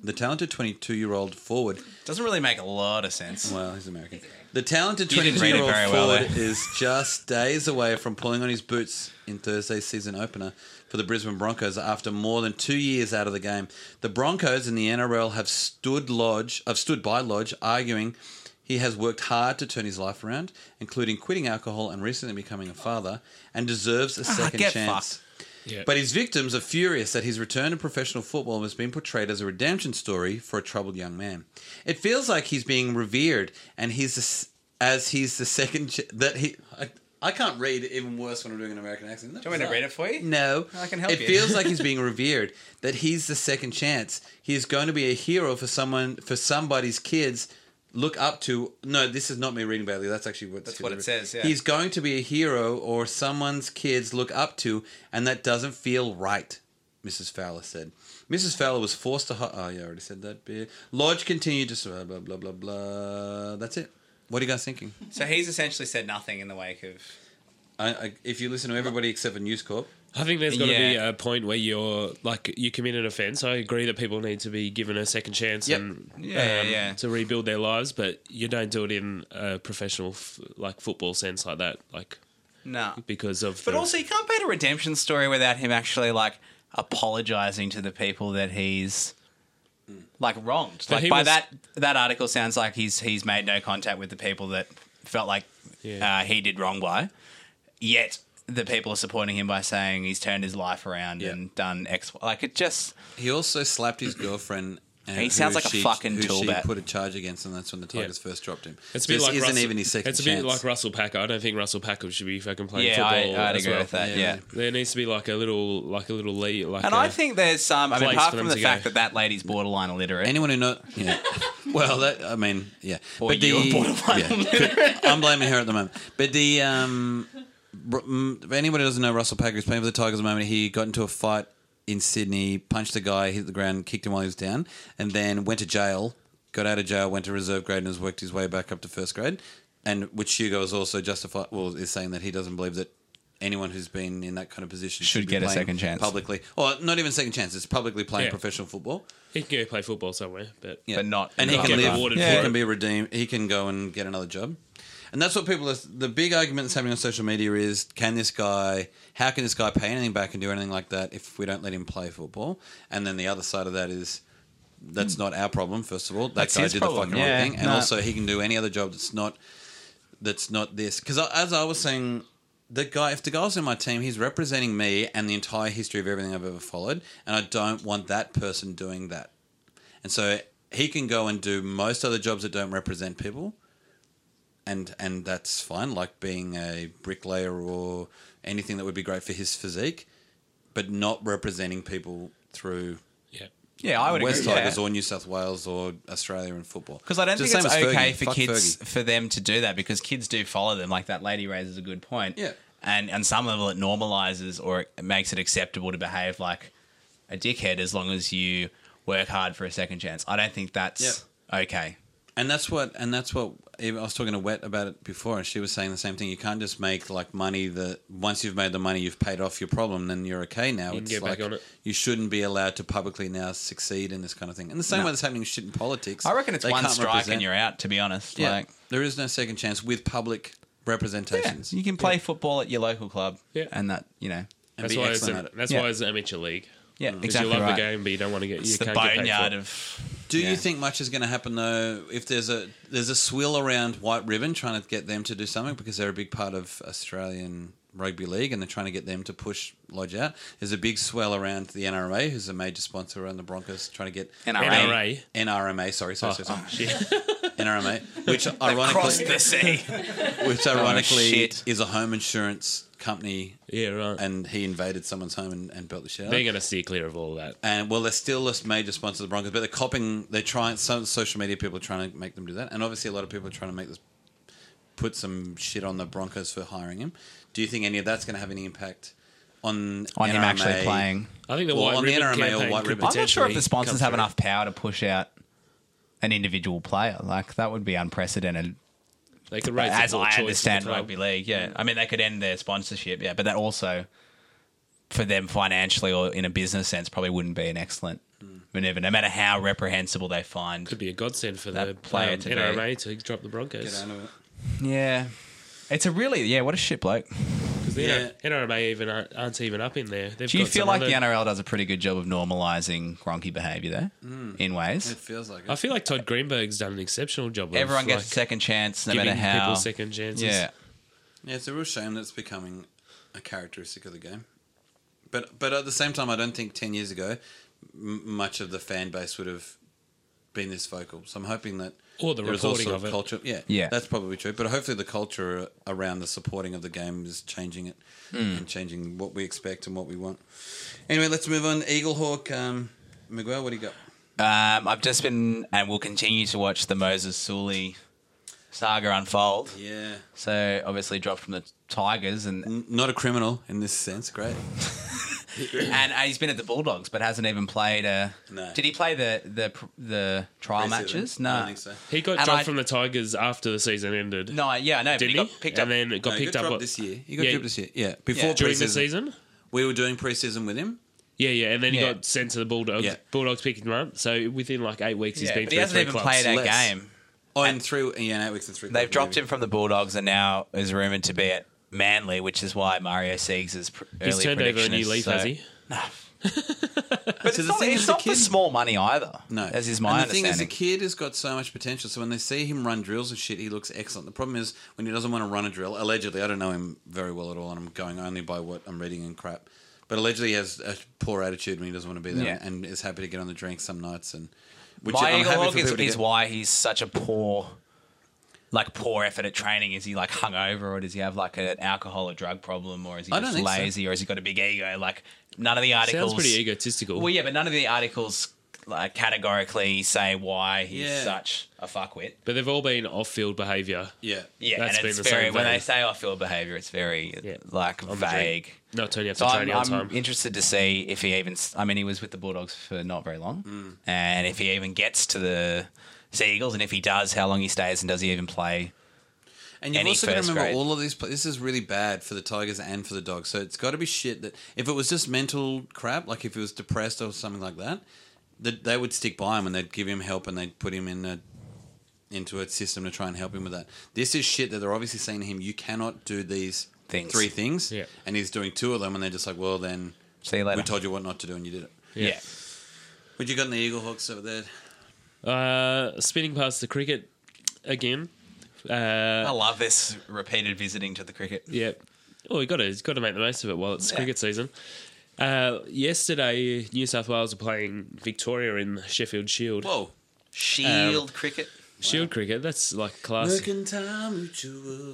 S1: The talented 22 year old forward.
S2: Doesn't really make a lot of sense.
S1: Well, he's American. The talented
S2: You didn't
S1: 22
S2: read
S1: year
S2: it
S1: old
S2: very
S1: forward
S2: well
S1: is just days away from pulling on his boots in Thursday's season opener for the Brisbane Broncos after more than two years out of the game. The Broncos and the NRL have stood Lodge, have stood by Lodge, arguing he has worked hard to turn his life around, including quitting alcohol and recently becoming a father, and deserves a second
S2: Ah, get
S1: chance.
S2: fucked.
S3: Yeah.
S1: But his victims are furious that his return to professional football has been portrayed as a redemption story for a troubled young man. It feels like he's being revered, and he's the, s- as he's the second ch- that he. I, I can't read even worse when I'm doing an American accent.
S2: Do you want me to read it for you?
S1: No,
S2: I can help
S1: It
S2: you.
S1: feels like
S2: <laughs>
S1: he's being revered. That he's the second chance. He is going to be a hero for someone for somebody's kids. Look up to no. This is not me reading badly. That's actually what
S2: That's what it says, yeah.
S1: he's going to be a hero or someone's kids look up to, and that doesn't feel right. Mrs. Fowler said. Mrs. Fowler was forced to. Hi- oh, yeah, I already said that bit. Lodge continued to. s- Blah, blah, blah, blah, blah. That's it. What are you guys thinking?
S2: So he's essentially said nothing in the wake of.
S1: I, I, if you listen to everybody except for News Corp,
S3: I think there's got to be
S2: Yeah.
S3: a point where you're like you commit an offence. I agree that people need to be given a second chance
S1: Yep.
S3: and
S2: Yeah, yeah, yeah.
S3: um, to rebuild their lives, but you don't do it in a professional f- like football sense like that, like
S2: No.
S3: because of.
S2: But
S3: the-
S2: also, you can't paint a redemption story without him actually like apologizing to the people that he's like wronged.
S3: But
S2: like
S3: he
S2: by
S3: was-
S2: that that article sounds like he's he's made no contact with the people that felt like
S3: Yeah.
S2: uh, he did wrong by. Yet the people are supporting him by saying he's turned his life around
S1: Yeah.
S2: and done X. Like it just
S1: he also slapped his girlfriend. And
S2: He
S1: who
S2: sounds like a
S1: she-
S2: fucking
S1: who she
S2: toolbat.
S1: put a charge against, and that's when the Tigers first dropped him.
S3: It's a bit
S1: this
S3: like
S1: isn't
S3: Russell,
S1: even his second
S3: It's a bit
S1: chance.
S3: like Russell Packer. I don't think Russell Packer should be fucking playing
S2: yeah, I,
S3: football.
S2: I'd
S3: as
S2: agree
S3: well.
S2: with that.
S1: Yeah.
S2: Yeah.
S3: There needs to be like a little, like a little lead, like.
S2: And
S3: I
S2: I think there's some. I mean,
S3: Place
S2: apart
S3: for
S2: from
S3: them
S2: the
S3: to
S2: fact
S3: go.
S2: that that lady's borderline illiterate,
S1: Anyone who knows,
S2: <laughs>
S1: yeah. well, that I mean, yeah.
S2: Or you are borderline
S1: yeah. <laughs> I'm blaming her at the moment. But the um, r- mm, if anybody doesn't know Russell Packer is playing for the Tigers at the moment. He got into a fight in Sydney, punched a guy, hit the ground, kicked him while he was down, and then went to jail. Got out of jail, went to reserve grade, and has worked his way back up to first grade. And which Hugo is also justified. Well, is saying that he doesn't believe that. Anyone who's been in that kind of position
S2: Should
S1: be
S2: get a
S1: playing
S2: second chance.
S1: publicly, or not even second chance. It's publicly playing
S3: Yeah.
S1: professional football.
S3: he can go play football somewhere, but
S1: Yeah.
S2: but not.
S1: and he
S2: not
S1: can
S2: like
S1: live.
S2: that.
S3: rewarded
S1: he
S3: for it.
S1: can be redeemed. He can go and get another job. And that's what people are. The big argument that's happening on social media is: Can this guy? How can this guy pay anything back and do anything like that if we don't let him play football? And then the other side of that is, that's not our problem. First of all, that
S2: Mm. That's
S1: guy
S2: his
S1: did the
S2: problem,
S1: fucking
S2: yeah,
S1: wrong thing, and
S2: no.
S1: also he can do any other job that's not that's not this. Because as I was saying, the guy, if the guy's in my team, he's representing me and the entire history of everything I've ever followed, and I don't want that person doing that. And so he can go and do most other jobs that don't represent people, and and that's fine, like being a bricklayer or anything that would be great for his physique, but not representing people through
S3: yeah.
S2: Yeah, I would
S1: West
S2: agree.
S1: Tigers
S2: yeah.
S1: or New South Wales or Australia in football.
S2: Because I don't
S1: It's
S2: think
S1: the
S2: it's
S1: same as
S2: okay
S1: Fergie.
S2: for
S1: Fuck
S2: kids
S1: Fergie.
S2: for them to do that because kids do follow them. Like that lady raises a good point.
S1: Yeah.
S2: And on some level, it normalizes or it makes it acceptable to behave like a dickhead as long as you work hard for a second chance. I don't think that's okay.
S1: And that's what and that's what I was talking to Wet about it before, and she was saying the same thing. You can't just make like money that once you've made the money, you've paid off your problem, then you're okay. Now
S3: can
S1: it's
S3: get
S1: like
S3: back on it.
S1: you shouldn't be allowed to publicly now succeed in this kind of thing. And the same way that's happening with shit in politics.
S2: I reckon it's
S1: They
S2: one
S1: can't
S2: strike
S1: represent-
S2: and you're out. To be honest,
S1: Yeah,
S2: like
S1: there is no second chance with public
S2: yeah,
S1: representations.
S2: you can play football at your local club.
S3: Yeah.
S2: and that you know,
S1: and
S3: That's
S1: be
S3: why it's
S1: excellent at
S3: a,
S1: it.
S3: that's
S2: Yeah.
S3: why it's an amateur league.
S2: yeah,
S3: 'Cause
S2: exactly
S3: you love
S2: right.
S3: the game, but you don't want to get
S2: It's
S3: you
S2: the
S3: can't get paid
S2: boneyard
S3: for it.
S2: of
S1: Do
S2: Yeah.
S1: you think much is going to happen though? If there's a there's a swill around White Ribbon trying to get them to do something because they're a big part of Australian rugby league and they're trying to get them to push Lodge out. There's a big swell around the NRA, who's a major sponsor around the Broncos, trying to get
S2: NRA.
S3: NRA.
S1: NRMA. Sorry, sorry, sorry, sorry. <laughs> NRMA, which
S2: across
S1: ironically,
S2: the sea.
S1: which ironically
S2: shit.
S1: is a home insurance company,
S3: Yeah, right.
S1: and he invaded someone's home and, and built the shit. out of
S3: They're
S1: it.
S3: going to steer clear of all that.
S1: and well, they're still a major sponsor of the Broncos, but they're copying. They're trying. Some social media people are trying to make them do that, and obviously, a lot of people are trying to make this put some shit on the Broncos for hiring him. Do you think any of that's going to have any impact on
S2: <laughs> On him
S1: NRMA?
S2: actually playing.
S3: I think the
S1: Well,
S3: white
S1: on the
S3: ribbon
S1: NRMA or
S3: campaign
S1: white
S3: could
S1: ribbon.
S2: I'm not sure if
S3: potentially
S2: the sponsors
S3: come
S2: have
S3: through.
S2: enough power to push out an individual player. Like that would be unprecedented,
S3: They could raise the
S2: as
S3: poor
S2: I
S3: choice of the
S2: understand Mm.
S3: club.
S2: rugby league. Yeah, I mean they could end their sponsorship. Yeah, but that also for them financially or in a business sense probably wouldn't be an excellent maneuver. No matter how reprehensible they find.
S3: Could be a godsend for
S2: That
S3: the
S2: player
S3: player um,
S2: to be-
S3: NRMA to drop the Broncos
S2: Yeah, it's a really yeah. What a shit bloke.
S3: because the
S1: Yeah.
S3: NRMA even aren't, aren't even up in there. They've
S2: Do you
S3: got
S2: feel
S3: some
S2: like
S3: other-
S2: the NRL does a pretty good job of normalizing gronky behaviour there in ways?
S1: It feels like
S3: I
S1: it.
S3: feel like Todd Greenberg's done an exceptional job.
S2: Everyone
S3: of,
S2: gets a
S3: like,
S2: second chance, no matter
S3: giving
S2: how.
S3: people second chances.
S2: yeah,
S1: Yeah, it's a real shame that it's becoming a characteristic of the game. But but at the same time, I don't think ten years ago m- much of the fan base would have been this vocal. So I'm hoping that
S3: Or the
S1: there is
S3: reporting
S1: also
S3: of it.
S1: culture. Yeah,
S2: Yeah.
S1: that's probably true. But hopefully, the culture around the supporting of the game is changing it and changing what we expect and what we want. Anyway, let's move on. Eagle Hawk, um, Miguel, what do you got?
S2: Um, I've just been and will continue to watch the Moses Sully saga unfold.
S1: Yeah,
S2: So obviously dropped from the Tigers and
S1: not a criminal in this sense. Great.
S2: and uh, he's been at the Bulldogs, but hasn't even played. A,
S1: No.
S2: Did he play the the pr- the trial matches? No.
S1: I don't think so.
S3: he got
S2: And
S3: dropped
S2: I-
S3: from the Tigers after the season ended.
S2: No, yeah, no.
S3: didn't
S2: but
S3: he?
S2: he, got picked
S3: and
S2: up.
S3: then it got
S1: No, he
S3: picked
S1: got
S3: up
S1: dropped
S3: what-
S1: this year. He got
S3: Yeah.
S1: dropped this year. Yeah, before
S3: during the
S1: preseason.
S3: season.
S1: We were doing preseason with him.
S3: Yeah, yeah, and then he
S2: Yeah.
S3: got sent to the Bulldogs.
S1: Yeah.
S3: Bulldogs picked him up. So within like eight weeks, he's
S2: Yeah,
S3: been.
S2: but he
S3: through
S2: hasn't
S3: three
S2: even
S3: clubs.
S2: played a
S1: Less.
S2: game.
S1: Oh, in three, yeah, in eight weeks and three.
S2: They've dropped him from the Bulldogs, and now is rumored to be at Manly, which is why Mario Siegs is pr- early
S3: He's turned over a
S2: prediction
S3: new
S2: is,
S3: leaf,
S2: so-
S3: has he?
S2: But it's
S1: the
S2: not,
S1: thing
S2: it's
S1: is the
S2: not for
S1: kid-
S2: small money either.
S1: No,
S2: as is my
S1: and the thing
S2: understanding.
S1: is, the kid has got so much potential. So when they see him run drills and shit, he looks excellent. The problem is when he doesn't want to run a drill. Allegedly, I don't know him very well at all, and I'm going only by what I'm reading and crap. But allegedly, he has a poor attitude when he doesn't want to be there,
S2: Yeah.
S1: and is happy to get on the drink some nights. And which
S2: My
S1: I'm
S2: eagle
S1: happy
S2: hawk
S1: for
S2: is,
S1: people to
S2: is
S1: get-
S2: why he's such a poor, like poor effort at training. Is he like hungover, or does he have like an alcohol or drug problem, or is he
S1: I don't
S2: just
S1: think so.
S2: lazy, or has he got a big ego? Like none of the articles.
S3: Sounds pretty egotistical.
S2: Well, yeah, but none of the articles like categorically say why he's
S1: Yeah.
S2: such a fuckwit.
S3: But they've all been off-field behaviour.
S1: Yeah,
S2: Yeah,
S3: That's
S2: and
S3: been
S2: it's
S3: the
S2: very
S3: same
S2: when
S3: vein.
S2: they say "Oh, off-field behaviour, it's very
S3: Yeah.
S2: like
S3: On the drink.
S2: vague.
S3: Not turning up
S2: So
S3: to
S2: I'm,
S3: training on
S2: I'm
S3: time.
S2: interested to see if he even. I mean, he was with the Bulldogs for not very long, and if he even gets to the Sea Eagles, and if he does, how long he stays, and does he even play?
S1: And you've
S2: any
S1: also got to
S2: first
S1: remember
S2: grade.
S1: all of these. pla- This is really bad for the Tigers and for the Dogs. So it's got to be shit that if it was just mental crap, like if he was depressed or something like that, that they would stick by him and they'd give him help and they'd put him in a into a system to try and help him with that. This is shit that they're obviously saying to him, you cannot do these
S2: Things.
S1: three things,
S3: Yeah.
S1: and he's doing two of them, and they're just like, well, then
S2: See you later.
S1: we told you what not to do, and you did it.
S2: yeah.
S1: What you got in the Eagle Hawks over there?
S3: Uh, spinning past the cricket again.
S2: I love this repeated visiting to the cricket.
S3: Yep. Oh, you got to you got to make the most of it while it's
S2: Yeah.
S3: cricket season. Uh, yesterday, New South Wales were playing Victoria in the Sheffield Shield.
S1: Whoa.
S2: Shield cricket.
S3: Shield cricket, that's like classic.
S1: <laughs>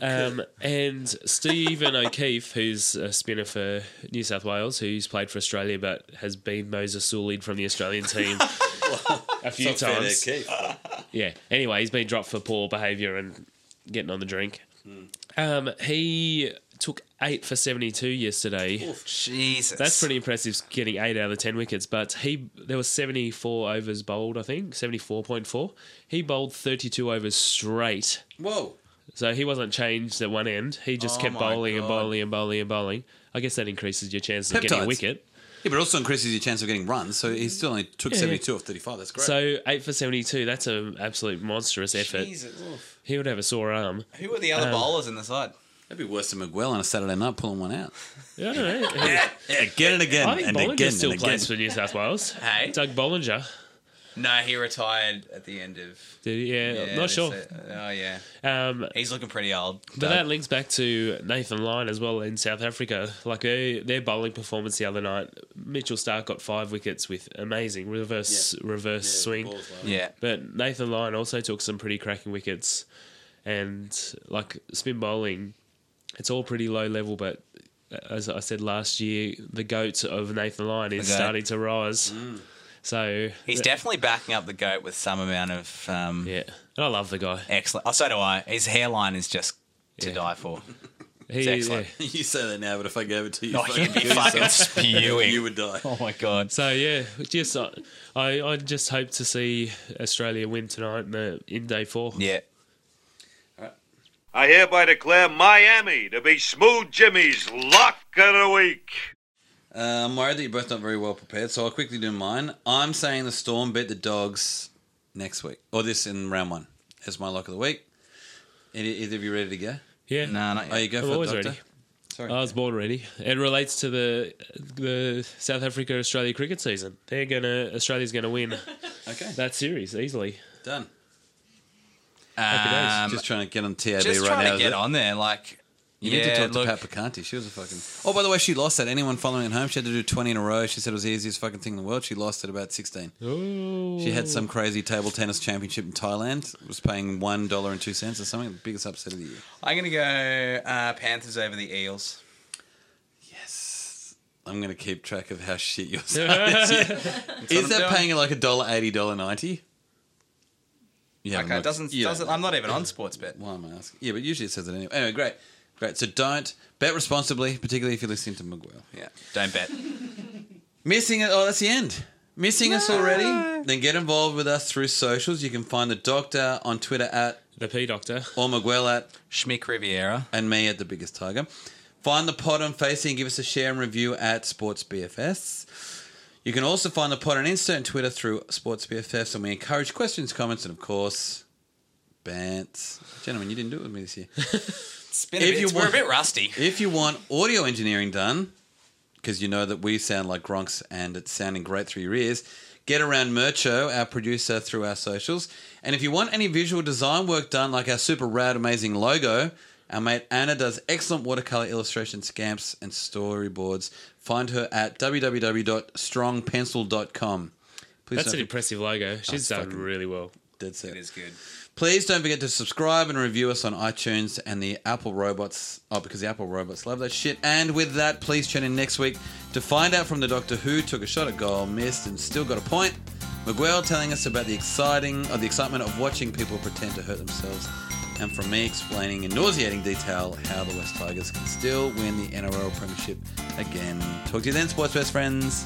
S3: Um, and Stephen O'Keefe, who's a spinner for New South Wales, who's played for Australia but has been Moses Sullied from the Australian team a few times. Yeah. Anyway, he's been dropped for poor behaviour and getting on the drink. Um, he took eight for 72 yesterday.
S2: Jesus.
S3: That's pretty impressive, getting eight out of the ten wickets. But he, there was seventy four overs bowled, I think seventy four point four. He bowled thirty two overs straight,
S1: Whoa.
S3: so he wasn't changed at one end. He just
S1: Oh
S3: kept
S1: my
S3: bowling and
S1: God.
S3: bowling and bowling and bowling. I guess that increases your chances of getting a
S1: Peptides.
S3: wicket.
S1: Yeah, but it also increases your chance of getting runs. So he still only took
S3: Yeah, yeah.
S1: 72 off 35. That's great.
S3: So eight for seventy two. That's an absolute monstrous effort.
S2: Jesus.
S3: He would have a sore arm.
S2: Who were the other bowlers in the side?
S1: That'd be worse than Miguel on a Saturday night pulling one out.
S3: Yeah, I don't know.
S1: Yeah, <laughs> again <laughs> and again.
S3: I think
S1: and
S3: Bollinger
S1: again
S3: still
S1: and again.
S3: plays for New
S1: <laughs>
S3: South Wales.
S2: Hey?
S3: Doug Bollinger.
S2: No, he retired at the end of.
S3: Did he? Yeah,
S2: Yeah,
S3: not
S2: that's
S3: sure.
S2: it. Oh yeah,
S3: Um,
S2: he's looking pretty old.
S3: But that links back to Nathan Lyon as well in South Africa. Like they, their bowling performance the other night, Mitchell Stark got five wickets with amazing reverse reverse swing.
S2: yeah,
S3: But Nathan Lyon also took some pretty cracking wickets, and like spin bowling, it's all pretty low level. But uh, as I said last year, the goat of Nathan Lyon is
S2: Okay.
S3: starting to rise.
S2: Mm.
S3: So
S2: he's definitely backing up the goat with some amount of um,
S3: yeah, and I love the guy.
S2: excellent. Oh, so do I. His hairline is just to
S3: Yeah.
S2: die for.
S3: He,
S2: excellent.
S3: yeah.
S1: <laughs> you say that now, but if I gave it to you,
S2: Oh,
S1: <laughs> fucking
S2: he'd be
S1: kill yourself.
S2: fucking spewing.
S1: you would die.
S2: Oh my god.
S3: So yeah, just uh, I I just hope to see Australia win tonight in, the, in day four.
S2: Yeah.
S8: I hereby declare Miami to be Smooth Jimmy's lock of the week.
S1: Uh, I'm worried that you're both not very well prepared, so I'll quickly do mine. I'm saying the Storm beat the Dogs next week, or this in round one, as my lock of the week. Either, either of you ready to go?
S3: yeah.
S2: No, not
S1: Oh, you
S2: yet.
S1: go
S3: I'm
S1: for
S3: always
S1: it, Doctor.
S3: ready.
S1: Sorry.
S3: I was born ready. It relates to the the South Africa Australia cricket season. They're gonna Australia's gonna win
S1: okay,
S3: that series easily.
S1: done.
S2: Um,
S1: just trying to get on TAB
S2: just
S1: right
S2: trying
S1: now.
S2: to
S1: is
S2: get
S1: it?
S2: on there. Like,
S1: You
S2: yeah,
S1: need to talk
S2: look,
S1: to Pat Picanti. She was a fucking. Oh, by the way, she lost that. Anyone following at home, she had to do 20 in a row. She said it was the easiest fucking thing in the world. She lost at about 16. She had some crazy table tennis championship in Thailand. Was paying one dollar and two cents or something. The biggest upset of the year.
S2: I'm gonna go uh, Panthers over the Eels.
S1: Yes. I'm gonna keep track of how shit your side is. <laughs> is
S2: I'm
S1: that
S2: doing.
S1: paying like a dollar eighty, dollar ninety? Yeah.
S2: Okay, doesn't doesn't. I'm not even on sports bet.
S1: Why am I asking? Yeah, but usually it says it anyway. Anyway, great, great. So don't bet responsibly, particularly if you're listening to Miguel.
S2: Yeah, don't
S1: <laughs>
S2: bet.
S1: Missing it? Oh, that's the end. Missing us already? Then get involved with us through socials. You can find the doctor on Twitter at
S3: The P Doctor.
S1: or Miguel at
S2: Schmick Riviera.
S1: and me at the biggest tiger. Find the pod on Facebook and give us a share and review at Sports BFS. You can also find the pod on Insta and Twitter through Sports BFS, and we encourage questions, comments, and of course, bants. Gentlemen, you didn't do it with me this year.
S2: It's been a
S1: If
S2: bit,
S1: you
S2: it's- we're a
S1: want-
S2: bit rusty. <laughs>
S1: If you want audio engineering done, because you know that we sound like Gronks and it's sounding great through your ears, get around Mercho, our producer, through our socials. And if you want any visual design work done, like our super rad, amazing logo, our mate Anna does excellent watercolor illustration scamps and storyboards. Find her at www.strongpencil.com. Please
S3: That's an
S1: don't,
S3: impressive logo. She's done
S1: fucking-
S3: really well.
S1: that's it.
S2: It is good.
S1: Please don't forget to subscribe and review us on iTunes and the Apple Robots. Oh, because the Apple Robots love that shit. And with that, please tune in next week to find out from the Doctor Who took a shot at goal, missed, and still got a point. Miguel telling us about the exciting or the excitement of watching people pretend to hurt themselves, and from me explaining in nauseating detail how the West Tigers can still win the NRL Premiership again. Talk to you then, sports best friends.